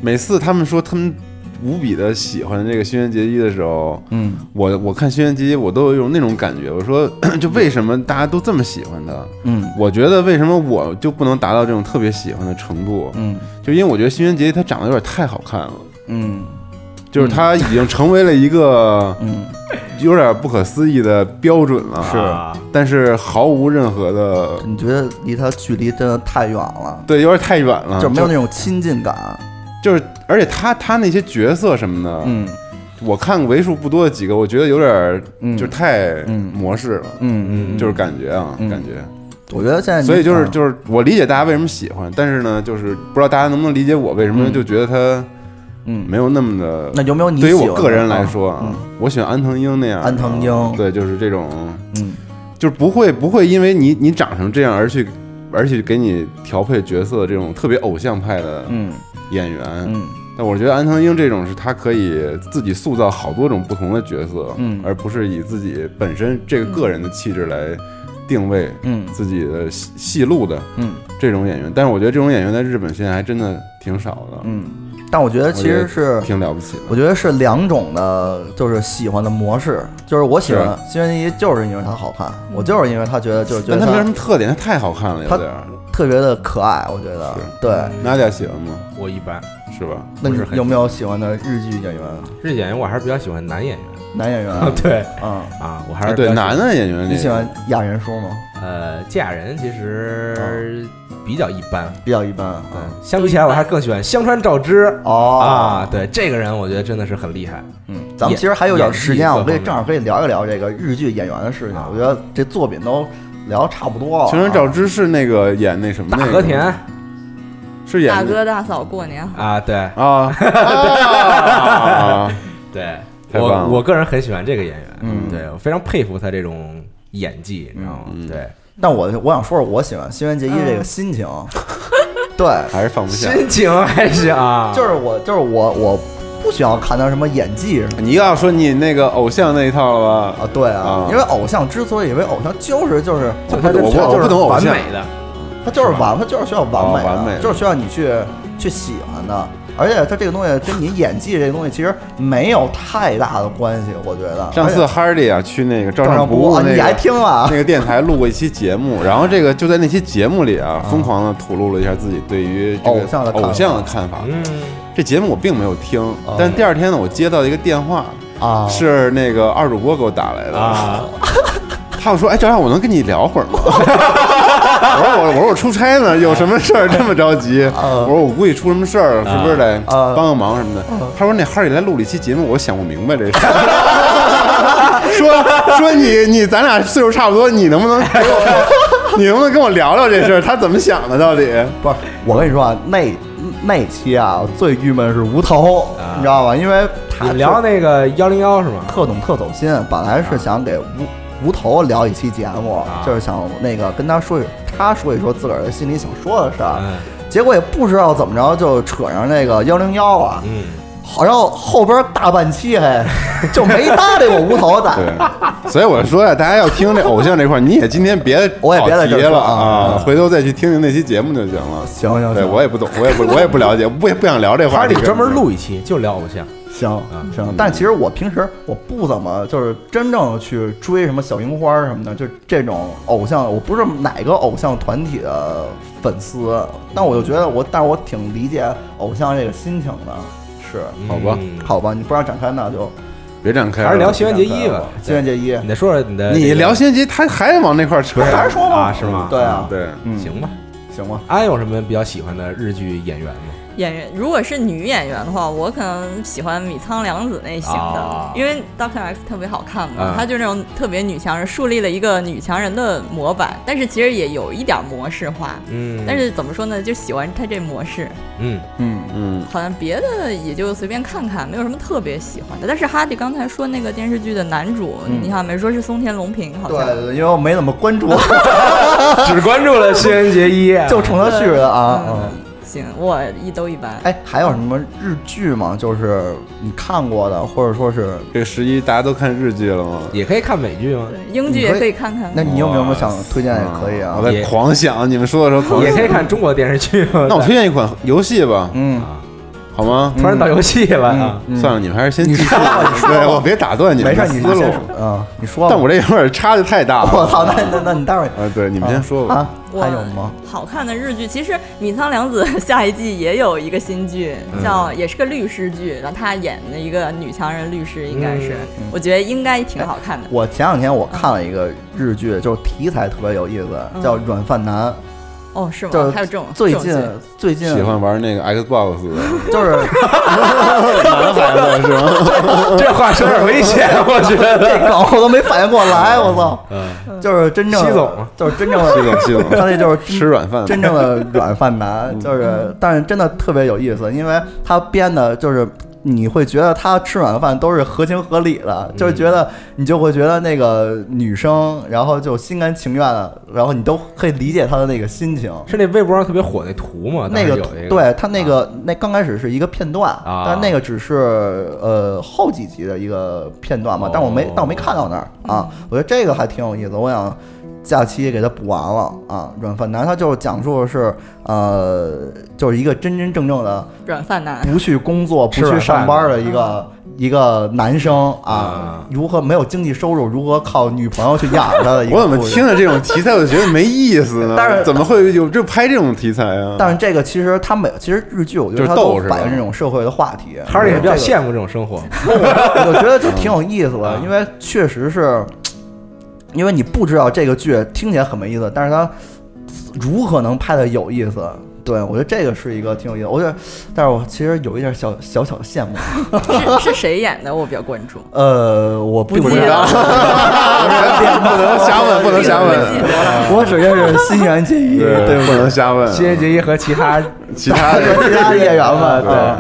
Speaker 4: 每次他们说他们无比的喜欢这个新垣结衣的时候，
Speaker 1: 嗯
Speaker 4: 我我看新垣结衣，我都有一种那种感觉。我说， (clears throat) 就为什么大家都这么喜欢她？
Speaker 1: 嗯
Speaker 4: 我觉得为什么我就不能达到这种特别喜欢的程度？
Speaker 1: 嗯
Speaker 4: 就因为我觉得新垣结衣她长得有点太好看了，
Speaker 1: 嗯
Speaker 4: 就是她已经成为了一个
Speaker 1: 嗯，
Speaker 4: 有点不可思议的标准了。
Speaker 8: 啊，
Speaker 4: 但是毫无任何的，
Speaker 1: 你觉得离他距离真的太远了，
Speaker 4: 对，有点太远了，
Speaker 1: 就没有那种亲近感。
Speaker 4: 就是，而且他他那些角色什么的，
Speaker 1: 嗯
Speaker 4: 我看过为数不多的几个，我觉得有点儿
Speaker 1: 嗯，
Speaker 4: 就太
Speaker 1: 嗯
Speaker 4: 模式了，
Speaker 1: 嗯嗯，
Speaker 4: 就是感觉啊，
Speaker 1: 嗯
Speaker 4: 感觉。
Speaker 1: 我觉得现在你
Speaker 4: 所以就是
Speaker 1: 嗯
Speaker 4: 就是我理解大家为什么喜欢，但是呢，就是不知道大家能不能理解我为什么
Speaker 1: 嗯
Speaker 4: 就觉得他
Speaker 1: 嗯，
Speaker 4: 没有那么的。
Speaker 1: 那有没有你
Speaker 4: 对于
Speaker 1: 喜
Speaker 4: 我
Speaker 1: 欢
Speaker 4: 个
Speaker 1: 的
Speaker 4: 人来
Speaker 1: 啊
Speaker 4: 说啊，我喜欢安藤英那样的啊，
Speaker 1: 安藤樱
Speaker 4: 对，就是这种，
Speaker 1: 嗯
Speaker 4: 就是不会不会因为你你长成这样而去而去给你调配角色的这种特别偶像派的
Speaker 1: 嗯
Speaker 4: 演员，
Speaker 1: 嗯
Speaker 4: 但我觉得安藤英这种是他可以自己塑造好多种不同的角色，
Speaker 1: 嗯
Speaker 4: 而不是以自己本身这个个人的气质来定位
Speaker 1: 嗯
Speaker 4: 自己的戏戏路的
Speaker 1: 嗯
Speaker 4: 这种演员。但是我觉得这种演员在日本现在还真的挺少的，
Speaker 1: 嗯，但我觉得其
Speaker 4: 我觉
Speaker 1: 实
Speaker 4: 得
Speaker 1: 是
Speaker 4: 挺了不起的。
Speaker 1: 我觉得是两种的，就是喜欢的模式。就是我喜欢新垣结衣，就是因为她好看，我就是因为她觉得就是觉
Speaker 4: 但
Speaker 1: 得
Speaker 4: 他没有什
Speaker 1: 她
Speaker 4: 么特点，他太好看了，有
Speaker 1: 他
Speaker 4: 点儿。
Speaker 1: 特别的可爱，我觉得
Speaker 4: 是
Speaker 1: 对。
Speaker 4: 娜姐喜欢吗？啊
Speaker 8: 我一般
Speaker 4: 是吧？
Speaker 1: 那
Speaker 8: 不是
Speaker 1: 你
Speaker 8: 很
Speaker 1: 有没有喜欢的日剧演员、
Speaker 8: 日演员我还是比较喜欢男演员
Speaker 1: 男演员
Speaker 8: 啊，
Speaker 1: 啊？
Speaker 8: (laughs) 对
Speaker 1: 嗯，
Speaker 8: 啊，我还
Speaker 4: 啊，
Speaker 8: 是
Speaker 4: 对，
Speaker 8: 比较喜欢
Speaker 4: 男的演员那个
Speaker 1: 你喜欢亚人叔吗？
Speaker 8: 呃，嫁人其实比较一
Speaker 4: 哦
Speaker 8: 般，
Speaker 1: 比较一般啊。
Speaker 8: 对，相比起来我还是更喜欢香川照之
Speaker 1: 哦
Speaker 8: 啊，，对这个人我觉得真的是很厉害，
Speaker 1: 嗯，咱们其实还有点时
Speaker 8: 演
Speaker 1: 间，
Speaker 8: 演技
Speaker 1: 我可以
Speaker 8: 各方面
Speaker 1: 正好可以聊一聊这个日剧演员的事情。我觉得这作品都聊差不多了啊。
Speaker 4: 青山照之是那个演那什么那
Speaker 8: 大
Speaker 4: 个
Speaker 8: 和田
Speaker 4: 是演
Speaker 9: 大哥大嫂过年好。
Speaker 8: 啊，对
Speaker 4: 啊啊
Speaker 8: 对，
Speaker 4: 太棒
Speaker 8: 我
Speaker 4: 了
Speaker 8: 我个人很喜欢这个演员，
Speaker 1: 嗯
Speaker 8: 对我非常佩服他这种演技，你知道吗？
Speaker 4: 嗯
Speaker 8: 对，
Speaker 1: 但我我想说说我喜欢新垣结衣这个心情，对，
Speaker 4: 还是放不下。
Speaker 8: 心情还行
Speaker 4: (laughs)
Speaker 8: 啊，
Speaker 1: 就是我就是我我不需要看他什么演技什么
Speaker 4: 你又要说你那个偶像那一套了吧？
Speaker 1: 啊，对啊
Speaker 4: 啊，
Speaker 1: 因为偶像之所以为偶像，就是就是
Speaker 4: 我
Speaker 8: 就
Speaker 4: 不
Speaker 8: 他
Speaker 4: 懂，我不
Speaker 8: 就是
Speaker 4: 我不懂偶
Speaker 8: 完
Speaker 4: 像。
Speaker 8: 美的，
Speaker 1: 他就是完，他就是需要完美的，啊
Speaker 4: 哦完美的
Speaker 1: 就是需要你去去喜欢的。而且他这个东西跟你演技这个东西其实没有太大的关系，我觉得。
Speaker 4: 上次 Hardy 啊去那个照
Speaker 1: 哎照
Speaker 4: 上
Speaker 1: 上
Speaker 4: 不
Speaker 1: 不误
Speaker 4: 误
Speaker 1: 啊，
Speaker 4: 那
Speaker 1: 你还
Speaker 4: 个
Speaker 1: 听了
Speaker 4: (laughs) 那？个电台录过一期节目，然后这个就在那期节目里啊，疯狂的吐露了一下自己对于这个
Speaker 1: 偶像的看法
Speaker 4: 偶像的看法。
Speaker 8: 嗯，
Speaker 4: 这节目我并没有听，但第二天呢，我接到一个电话，
Speaker 1: 啊，
Speaker 4: 是那个二主播给我打来的
Speaker 8: 啊。
Speaker 4: 他们说：“哎，赵亮，我能跟你聊会儿吗？” (laughs) 我说：“我我说我出差呢，有什么事儿这么着急？”我说：“我估计出什么事儿，是不是得
Speaker 1: 啊
Speaker 4: 帮个忙什么的？”他说：“那哈里来录了一期节目，我想不明白这事
Speaker 1: (laughs)
Speaker 4: 儿。说说你你咱俩岁数差不多，你能不能给我，你能不能跟我聊聊这事儿？他怎么想的？到底
Speaker 1: 不是，我跟你说啊，那那期啊最郁闷是吴涛，
Speaker 8: 啊
Speaker 1: 你知道吧？因为
Speaker 8: 你
Speaker 1: 他
Speaker 8: 们聊
Speaker 1: 是
Speaker 8: 那个幺零幺是吗？
Speaker 1: 特懂特走心，本来是想给吴吴头聊一期节目，就是想那个跟他说一他说一说自个儿心里想说的事儿，
Speaker 8: 嗯
Speaker 1: 结果也不知道怎么着就扯上那个幺零幺啊，
Speaker 8: 嗯，
Speaker 1: 好像后边大半期还就没搭理我无头仔。
Speaker 4: (laughs) 对，所以我说呀、大家要听这偶像这块儿，你也今天别
Speaker 1: 我也别在
Speaker 4: 跑
Speaker 1: 这
Speaker 4: 题
Speaker 1: 儿说
Speaker 4: 了
Speaker 1: 啊
Speaker 4: 啊，回头再去听听那期节目就行了。
Speaker 1: 行行
Speaker 4: 对，
Speaker 1: 啊行，
Speaker 4: 我也不懂，我
Speaker 1: (laughs)
Speaker 4: 也不我也不了解，不不想聊这话
Speaker 8: 还是
Speaker 4: 题。
Speaker 8: 得专门录一期，就聊偶像。
Speaker 1: 行行，但其实我平时我不怎么就是真正去追什么小樱花什么的，就这种偶像，我不是哪个偶像团体的粉丝，但我就觉得我，但是我挺理解偶像这个心情的，是。
Speaker 4: 好吧
Speaker 8: 嗯，
Speaker 1: 好吧，你不让展开，那就
Speaker 4: 别展开了，
Speaker 8: 还是聊新垣结衣吧。
Speaker 1: 新垣结衣，
Speaker 8: 你再说说你的这个，
Speaker 4: 你聊新垣结衣，他还往那块儿扯，
Speaker 1: 还是说
Speaker 8: 啊
Speaker 1: 吗？
Speaker 8: 是吗？
Speaker 1: 对啊，
Speaker 4: 对，
Speaker 1: 嗯，
Speaker 8: 行吧。
Speaker 1: 行吧，
Speaker 8: 安有什么比较喜欢的日剧演员吗？
Speaker 9: 演员如果是女演员的话，我可能喜欢米仓凉子那型的，
Speaker 8: 啊
Speaker 9: 因为 Doctor X 特别好看嘛
Speaker 1: 嗯
Speaker 8: 啊，
Speaker 9: 她、就是那种特别女强人，树立了一个女强人的模板，但是其实也有一点模式化。
Speaker 8: 嗯
Speaker 9: 但是怎么说呢，就喜欢她这模式，
Speaker 8: 嗯，
Speaker 1: 嗯，
Speaker 4: 嗯，
Speaker 9: 好像别的也就随便看看，没有什么特别喜欢的。但是哈迪刚才说那个电视剧的男主，
Speaker 1: 嗯
Speaker 9: 你好像没说是松田龙平，好
Speaker 1: 对
Speaker 9: 像。，
Speaker 1: 因为我没怎么关注，
Speaker 8: 只关注了新垣结衣，
Speaker 1: 就冲他去的啊，嗯
Speaker 9: 嗯，行，我一都一般。
Speaker 1: 哎，还有什么日剧吗？就是你看过的，或者说是，
Speaker 4: 这个十一大家都看日剧了吗？
Speaker 8: 也可以看美剧吗
Speaker 9: 对？英剧也可以看看。
Speaker 1: 那你有没有什么想推荐也可以啊
Speaker 4: 我？在
Speaker 8: 也
Speaker 4: 狂想，你们说的时候狂
Speaker 8: 也
Speaker 4: 想。
Speaker 8: 可以看中国电视剧吗？啊
Speaker 4: 那我推荐一款游戏吧，
Speaker 1: 嗯，
Speaker 4: 好吗？
Speaker 8: 突然到游戏了啊！
Speaker 1: 嗯
Speaker 4: 算了，你们还是先继续。
Speaker 1: 说吧你说吧
Speaker 4: 对，我别打断你
Speaker 1: 没
Speaker 4: 们
Speaker 1: 事
Speaker 4: 的，
Speaker 1: 你
Speaker 4: 思
Speaker 1: 先
Speaker 4: 路
Speaker 1: 说。啊，你说吧。
Speaker 4: 但我这有点差的太大了。
Speaker 1: (laughs) 我操，那那那你待会儿
Speaker 4: 啊，对，你们先说吧。
Speaker 1: 啊，
Speaker 9: 我
Speaker 1: 还有吗？
Speaker 9: 好看的日剧，其实米仓凉子 (laughs) 下一季也有一个新剧，
Speaker 1: 嗯
Speaker 9: 叫也是个律师剧，然后她演的一个女强人律师，应该是，
Speaker 1: 嗯
Speaker 9: 我觉得应该挺好看的。
Speaker 1: 我前两天我看了一个日剧，就是题材特别有意思，叫《软饭男
Speaker 9: 哦，是》，
Speaker 1: 就是
Speaker 9: 吗？还有这种
Speaker 1: 最
Speaker 9: 这种剧
Speaker 1: 近最近
Speaker 4: 喜欢玩那个 Xbox 的
Speaker 1: (laughs) 就是
Speaker 4: 男孩子是吗？
Speaker 8: 这话说有点危险，我觉得。
Speaker 1: 这梗我都没反应过来，我操，
Speaker 8: 嗯，
Speaker 1: 就是真正
Speaker 8: 西总吗
Speaker 1: 就是真正的
Speaker 4: 系统系
Speaker 1: (laughs) 他
Speaker 4: 统
Speaker 1: 那就是
Speaker 4: 吃软饭，
Speaker 1: 真正的软饭男，就是，但是真的特别有意思，因为他编的就是。你会觉得他吃软饭都是合情合理的，就是觉得你就会觉得那个女生，然后就心甘情愿的，然后你都可以理解她的那个心情。
Speaker 8: 是那微博上特别火那图吗？
Speaker 1: 那
Speaker 8: 啊当时
Speaker 1: 个
Speaker 8: 有一个
Speaker 1: 对他那个那刚开始是一个片段，
Speaker 8: 啊
Speaker 1: 但那个只是呃后几集的一个片段嘛，但我没
Speaker 8: 哦
Speaker 1: 但我没看到那儿啊，我觉得这个还挺有意思，我想假期给他补完了啊。软饭男他就是讲述的是呃就是一个真真正正的
Speaker 9: 软饭
Speaker 1: (laughs)
Speaker 9: 男，
Speaker 1: 不去工作不
Speaker 8: 吃软
Speaker 1: 去上
Speaker 8: 饭
Speaker 1: 班的一个。一个男生啊
Speaker 8: 啊，
Speaker 1: 如何没有经济收入，如何靠女朋友去养着的一个
Speaker 4: 我怎么
Speaker 1: 故事
Speaker 4: 听着这种题材我就觉得没意思呢？
Speaker 1: 但是
Speaker 4: 怎么会有就拍这种题材啊？ (laughs)
Speaker 1: 但是这个其实他每其实日剧，我觉得
Speaker 4: 就是
Speaker 1: 它
Speaker 4: 逗
Speaker 1: 都
Speaker 4: 是吧
Speaker 1: 反映这种社会的话题。
Speaker 8: 哈利是比较
Speaker 1: 这个
Speaker 8: 羡慕这种生活，
Speaker 1: 我觉得就挺有意思的，
Speaker 8: 嗯
Speaker 1: 因为确实是，因为你不知道这个剧听起来很没意思，但是它如何能拍的有意思？对，我觉得这个是一个挺有意思。我觉得，但是我其实有一点小小小羡慕。
Speaker 9: 是是谁演的？我比较关注。
Speaker 1: 呃，我并
Speaker 9: (laughs) 不
Speaker 1: 不
Speaker 9: 记
Speaker 1: 知
Speaker 9: 得
Speaker 1: 道，
Speaker 4: 不能瞎问，不能瞎
Speaker 9: 记
Speaker 4: 问。
Speaker 1: 我只认识新垣结衣，对
Speaker 4: 对，不能瞎问。啊
Speaker 8: 新垣结衣和其他
Speaker 4: 其他的
Speaker 1: (laughs)
Speaker 4: 嗯
Speaker 1: 和其他演员嘛，对
Speaker 4: 对。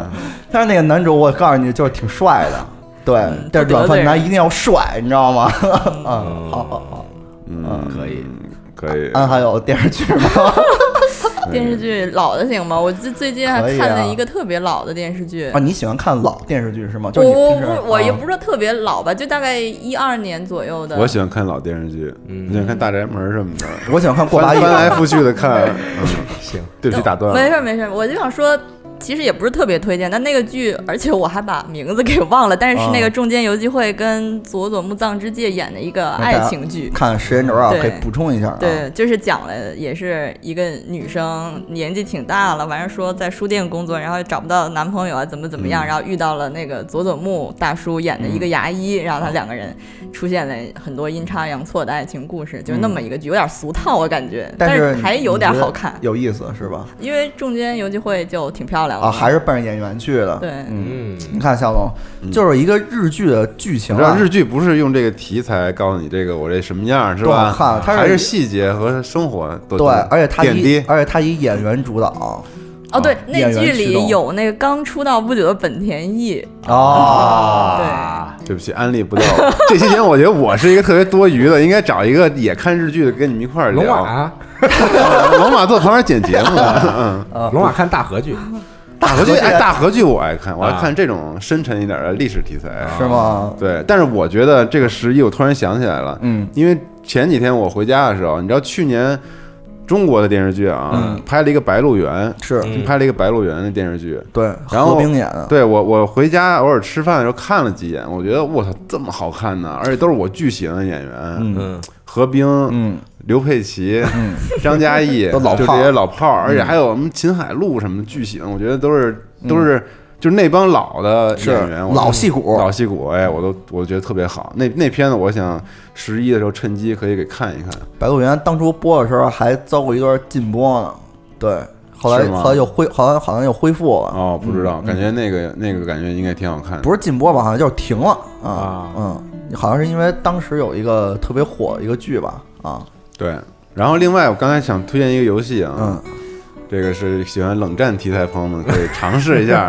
Speaker 1: 但是那个男主，我告诉你，就是挺帅的。对，但是
Speaker 9: 嗯不得
Speaker 1: 短发
Speaker 9: 罪人
Speaker 1: 男一定要帅，你知道吗？啊，
Speaker 8: 嗯
Speaker 1: 好好好，
Speaker 4: 嗯，
Speaker 8: 可以，
Speaker 4: 可以。嗯
Speaker 1: 安还有电视剧吗？ (laughs)
Speaker 9: 电视剧老的行吗？我最最近还
Speaker 1: 可以
Speaker 9: 看
Speaker 1: 啊
Speaker 9: 了一个特别老的电视剧，
Speaker 1: 啊，你喜欢看老电视剧是吗？就
Speaker 9: 我
Speaker 1: 是你
Speaker 9: 我
Speaker 1: 平时
Speaker 9: 不我也
Speaker 1: 啊
Speaker 9: 不是特别老吧，就大概一二年左右的。
Speaker 4: 我喜欢看老电视剧，
Speaker 8: 嗯
Speaker 4: 你喜欢看《大宅门》什么的，
Speaker 1: 我喜欢看过把
Speaker 4: 翻
Speaker 1: 瘾。
Speaker 4: 翻来覆去的看。嗯，
Speaker 1: (laughs)
Speaker 8: 行，
Speaker 4: 对不起，打
Speaker 1: 嗯
Speaker 4: 断
Speaker 9: 没事
Speaker 4: 了。
Speaker 9: 儿没事儿，我就想说，其实也不是特别推荐，但那个剧，而且我还把名字给忘了，但是是那
Speaker 1: 啊
Speaker 9: 个中间游记会跟佐佐木藏之介演的一个爱情剧。
Speaker 1: 看时间轴啊，
Speaker 9: 对
Speaker 1: 可以补充一下啊。
Speaker 9: 对，就是讲了，也是一个女生年纪挺大了，完事儿说在书店工作，然后找不到男朋友啊，怎么怎么
Speaker 1: 嗯
Speaker 9: 样，然后遇到了那个佐佐木大叔演的一个牙医，然
Speaker 1: 嗯
Speaker 9: 后他两个人出现了很多阴差阳错的爱情故事，就是那么一个剧，有点俗套，我感觉，但
Speaker 1: 嗯但是
Speaker 9: 还有点好看
Speaker 1: 你觉得，有意思是吧？
Speaker 9: 因为中间游记会就挺漂亮的
Speaker 1: 啊，还是奔着演员去的。
Speaker 9: 对
Speaker 1: 嗯，
Speaker 8: 嗯，
Speaker 1: 你看夏总，就是一个日剧的剧情
Speaker 4: 你知道
Speaker 1: 啊，
Speaker 4: 日剧不是用这个题材告诉你这个我这什么样是
Speaker 1: 多好看
Speaker 4: 吧？
Speaker 1: 它是
Speaker 4: 还是细节和生活都
Speaker 1: 对，而且它
Speaker 4: 点
Speaker 1: 以
Speaker 4: 滴。
Speaker 1: 而且它以演员主导
Speaker 9: 哦，对，
Speaker 1: 演
Speaker 9: 那
Speaker 1: 员
Speaker 9: 剧
Speaker 1: 啊驱动
Speaker 9: 里有那个刚出道不久的本田翼，
Speaker 1: 啊，
Speaker 4: 对不起，安利不到 (laughs) 我。这期节目我觉得我是一个特别多余的，应该找一个也看日剧的跟你们一块儿
Speaker 8: 龙马
Speaker 4: 聊。哦
Speaker 8: 啊，
Speaker 4: 龙马坐旁边剪节
Speaker 8: (laughs)
Speaker 4: 目呢。嗯，
Speaker 1: 啊
Speaker 8: 龙马看大河剧，
Speaker 4: 大河剧哎，大河剧我爱看，我爱
Speaker 8: 啊
Speaker 4: 看这种深沉一点的历史题材。啊
Speaker 1: 是吗？
Speaker 4: 对，但是我觉得这个十一，我突然想起来了，
Speaker 1: 嗯，
Speaker 4: 因为前几天我回家的时候，你知道去年中国的电视剧啊，
Speaker 1: 嗯
Speaker 4: 拍了一个《白鹿原》，
Speaker 1: 是
Speaker 8: 嗯
Speaker 4: 拍了一个《白鹿原》的电视剧。
Speaker 1: 对，
Speaker 4: 然后
Speaker 1: 何冰演的，
Speaker 4: 对我，我回家偶尔吃饭的时候看了几眼，我觉得我操这么好看呢，而且都是我巨喜欢的演员，
Speaker 1: 嗯
Speaker 8: 嗯，
Speaker 4: 何冰、
Speaker 1: 嗯，
Speaker 4: 刘佩琦、
Speaker 1: 嗯
Speaker 4: 张嘉译，
Speaker 1: (laughs) 都老
Speaker 4: 就
Speaker 1: 炮
Speaker 4: 这
Speaker 1: 儿嗯
Speaker 4: 些老炮儿，而且还有什么秦海璐什么的巨喜欢，我觉得都是都是就是那帮老的
Speaker 1: 嗯是
Speaker 4: 演员，我
Speaker 1: 老戏骨
Speaker 4: 老戏骨，哎，我都我觉得特别好。那那片子，我想十一的时候趁机可以给看一看。
Speaker 1: 《白鹿原》当初播的时候还遭过一段禁播呢，对，后来
Speaker 4: 是吗
Speaker 1: 后来又恢，好像好像又恢复了，
Speaker 4: 哦，不知道，感觉那个那个感觉应该挺好看的。
Speaker 1: 嗯不是禁播吧，好像就是停了啊
Speaker 8: 啊，
Speaker 1: 嗯，好像是因为当时有一个特别火的一个剧吧，啊，
Speaker 4: 对。然后另外，我刚才想推荐一个游戏啊，
Speaker 1: 嗯，
Speaker 4: 这个是喜欢冷战题材朋友们可以尝试一
Speaker 1: (laughs)
Speaker 4: 下，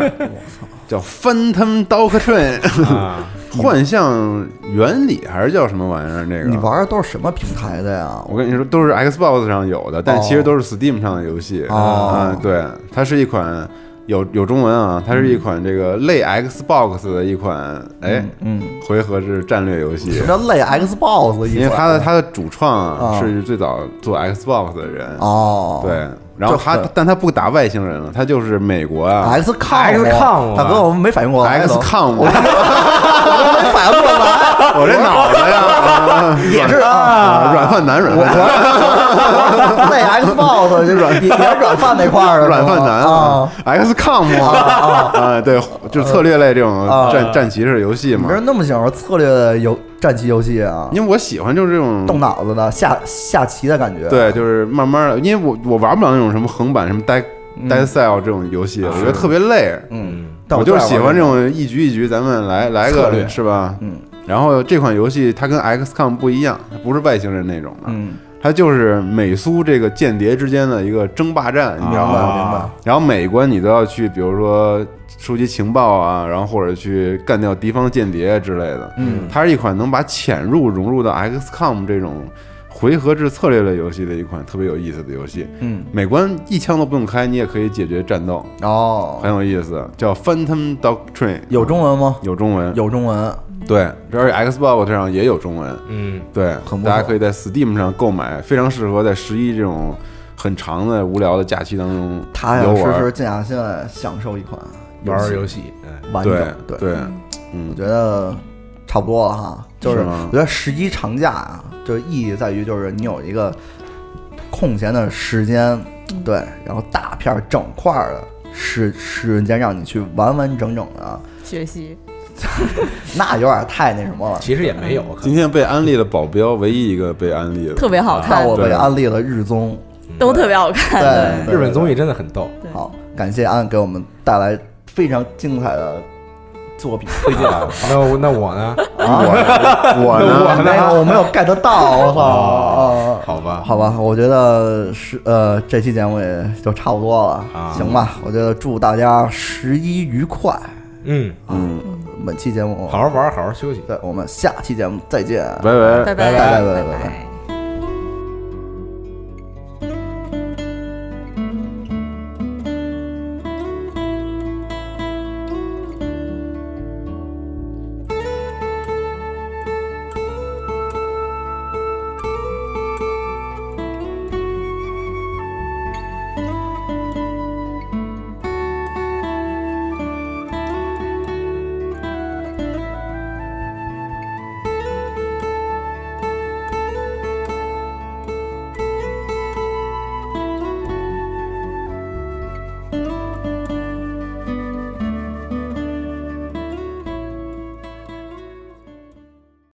Speaker 4: 叫《Phantom Dog Train》
Speaker 1: 嗯
Speaker 8: 啊，
Speaker 4: 幻象原理还是叫什么玩意儿？那个
Speaker 1: 你玩的都是什么平台的呀？
Speaker 4: 我跟你说，都是 Xbox 上有的，但
Speaker 1: 哦
Speaker 4: 其实都是 Steam 上的游戏。
Speaker 1: 哦
Speaker 4: 嗯，对，它是一款有有中文啊，它是一款这个类 Xbox 的一款哎
Speaker 1: 嗯，
Speaker 4: 回合制战略游戏
Speaker 1: 什么。叫类 Xbox 一
Speaker 4: 因为
Speaker 1: 款
Speaker 4: 它的它的主创啊
Speaker 1: 哦
Speaker 4: 是最早做 Xbox 的人，
Speaker 1: 哦，
Speaker 4: 对，然后他
Speaker 1: 这
Speaker 4: 但他不打外星人了，他就是美国啊
Speaker 1: ，XCOM
Speaker 8: XCOM
Speaker 1: 大哥我们没反应过来
Speaker 4: ，XCOM，我
Speaker 1: 我没反应过
Speaker 4: (laughs)
Speaker 1: 来，
Speaker 4: 我这脑子呀，
Speaker 1: (laughs) 也是啊，
Speaker 4: 啊软饭男，软饭男。
Speaker 1: 类 Xbox 就软也也是软饭那块儿的，
Speaker 4: 软饭男
Speaker 1: 是吗呃啊。
Speaker 4: ，XCOM 啊，啊，对，就是策略类这种
Speaker 1: 啊
Speaker 4: 战战棋式游戏
Speaker 1: 你
Speaker 4: 嘛
Speaker 1: 不。是那么喜欢玩策略游战棋游戏啊？
Speaker 4: 因为我喜欢就是这种
Speaker 1: 动啊脑子的下下棋的感觉，
Speaker 4: 对，就是慢慢的，因为我我玩不了那种什么横版、什么 deck
Speaker 1: 嗯
Speaker 4: deck cell 啊这种游戏，我觉得特别累。
Speaker 1: 嗯，但
Speaker 4: 我
Speaker 1: 我
Speaker 4: 就是
Speaker 1: 爱玩
Speaker 4: 喜欢这种一局一局，咱们来来
Speaker 1: 策略
Speaker 4: 个是吧？
Speaker 1: 嗯。
Speaker 4: 然后这款游戏它跟 XCOM 不一样，它不是外星人那种的，
Speaker 1: 嗯，
Speaker 4: 它就是美苏这个间谍之间的一个争霸战，你
Speaker 1: 明
Speaker 4: 知道
Speaker 1: 白
Speaker 4: 吗？
Speaker 1: 啊明白。
Speaker 4: 然后每一关你都要去，比如说收集情报啊，然后或者去干掉敌方间谍之类的。
Speaker 1: 嗯，
Speaker 4: 它是一款能把潜入融入到 XCOM 这种回合制策略类游戏的一款特别有意思的游戏。
Speaker 1: 嗯，
Speaker 4: 每关一枪都不用开，你也可以解决战斗，
Speaker 1: 哦，
Speaker 4: 很有意思，叫 Phantom Doctrine。
Speaker 1: 有中文吗？
Speaker 4: 有中文，
Speaker 1: 有中文，
Speaker 4: 对，而且 Xbox 上也有中文，
Speaker 8: 嗯，
Speaker 4: 对
Speaker 1: 很，不错
Speaker 4: 大家可以在 Steam 上购买，非常适合在十一这种很长的无聊的假期当中
Speaker 1: 踏
Speaker 4: 游
Speaker 1: 踏
Speaker 4: 玩
Speaker 1: 实实静下心来享受一款
Speaker 8: 玩儿
Speaker 1: 游
Speaker 8: 游
Speaker 1: 戏
Speaker 8: 戏，哎
Speaker 1: 完整对，
Speaker 4: 对。对，
Speaker 1: 我
Speaker 4: 嗯，
Speaker 1: 觉得差不多了哈。就是
Speaker 4: 是
Speaker 1: 我
Speaker 4: 吗
Speaker 1: 觉得十一长假啊，就是意义在于就是你有一个空闲的时间，对，然后大片儿整块儿的时时间让你去完完整整的，
Speaker 9: 学习。
Speaker 1: 那有点太那什么了。
Speaker 8: 其实也没有，可
Speaker 4: 今天被安利的保镖，唯一一个被安利的，
Speaker 9: 特别好看
Speaker 1: 啊但我被
Speaker 4: 对
Speaker 1: 安利了日综，
Speaker 9: 都特别好看。
Speaker 1: 对
Speaker 8: 日本综
Speaker 1: 艺。
Speaker 8: 艺真的很逗，
Speaker 9: 对
Speaker 1: 好，感谢安给我们带来非常精彩的作 (laughs) 品推荐。啊
Speaker 8: 那我那我呢？
Speaker 4: 我我呢，
Speaker 1: 没有，我没有 get 到，我 (laughs) 操！啊
Speaker 8: 好吧，
Speaker 1: 好吧，我觉得是呃，这期节目也就差不多了，
Speaker 8: 啊
Speaker 1: 行吧？我觉得祝大家十一愉快。啊
Speaker 8: 嗯，
Speaker 4: 嗯，
Speaker 1: 本期节目
Speaker 8: 好，好玩儿，好好休息。
Speaker 1: 对，我们下期节目再见，
Speaker 4: 拜拜。
Speaker 9: 拜
Speaker 1: 拜拜拜拜
Speaker 9: 拜。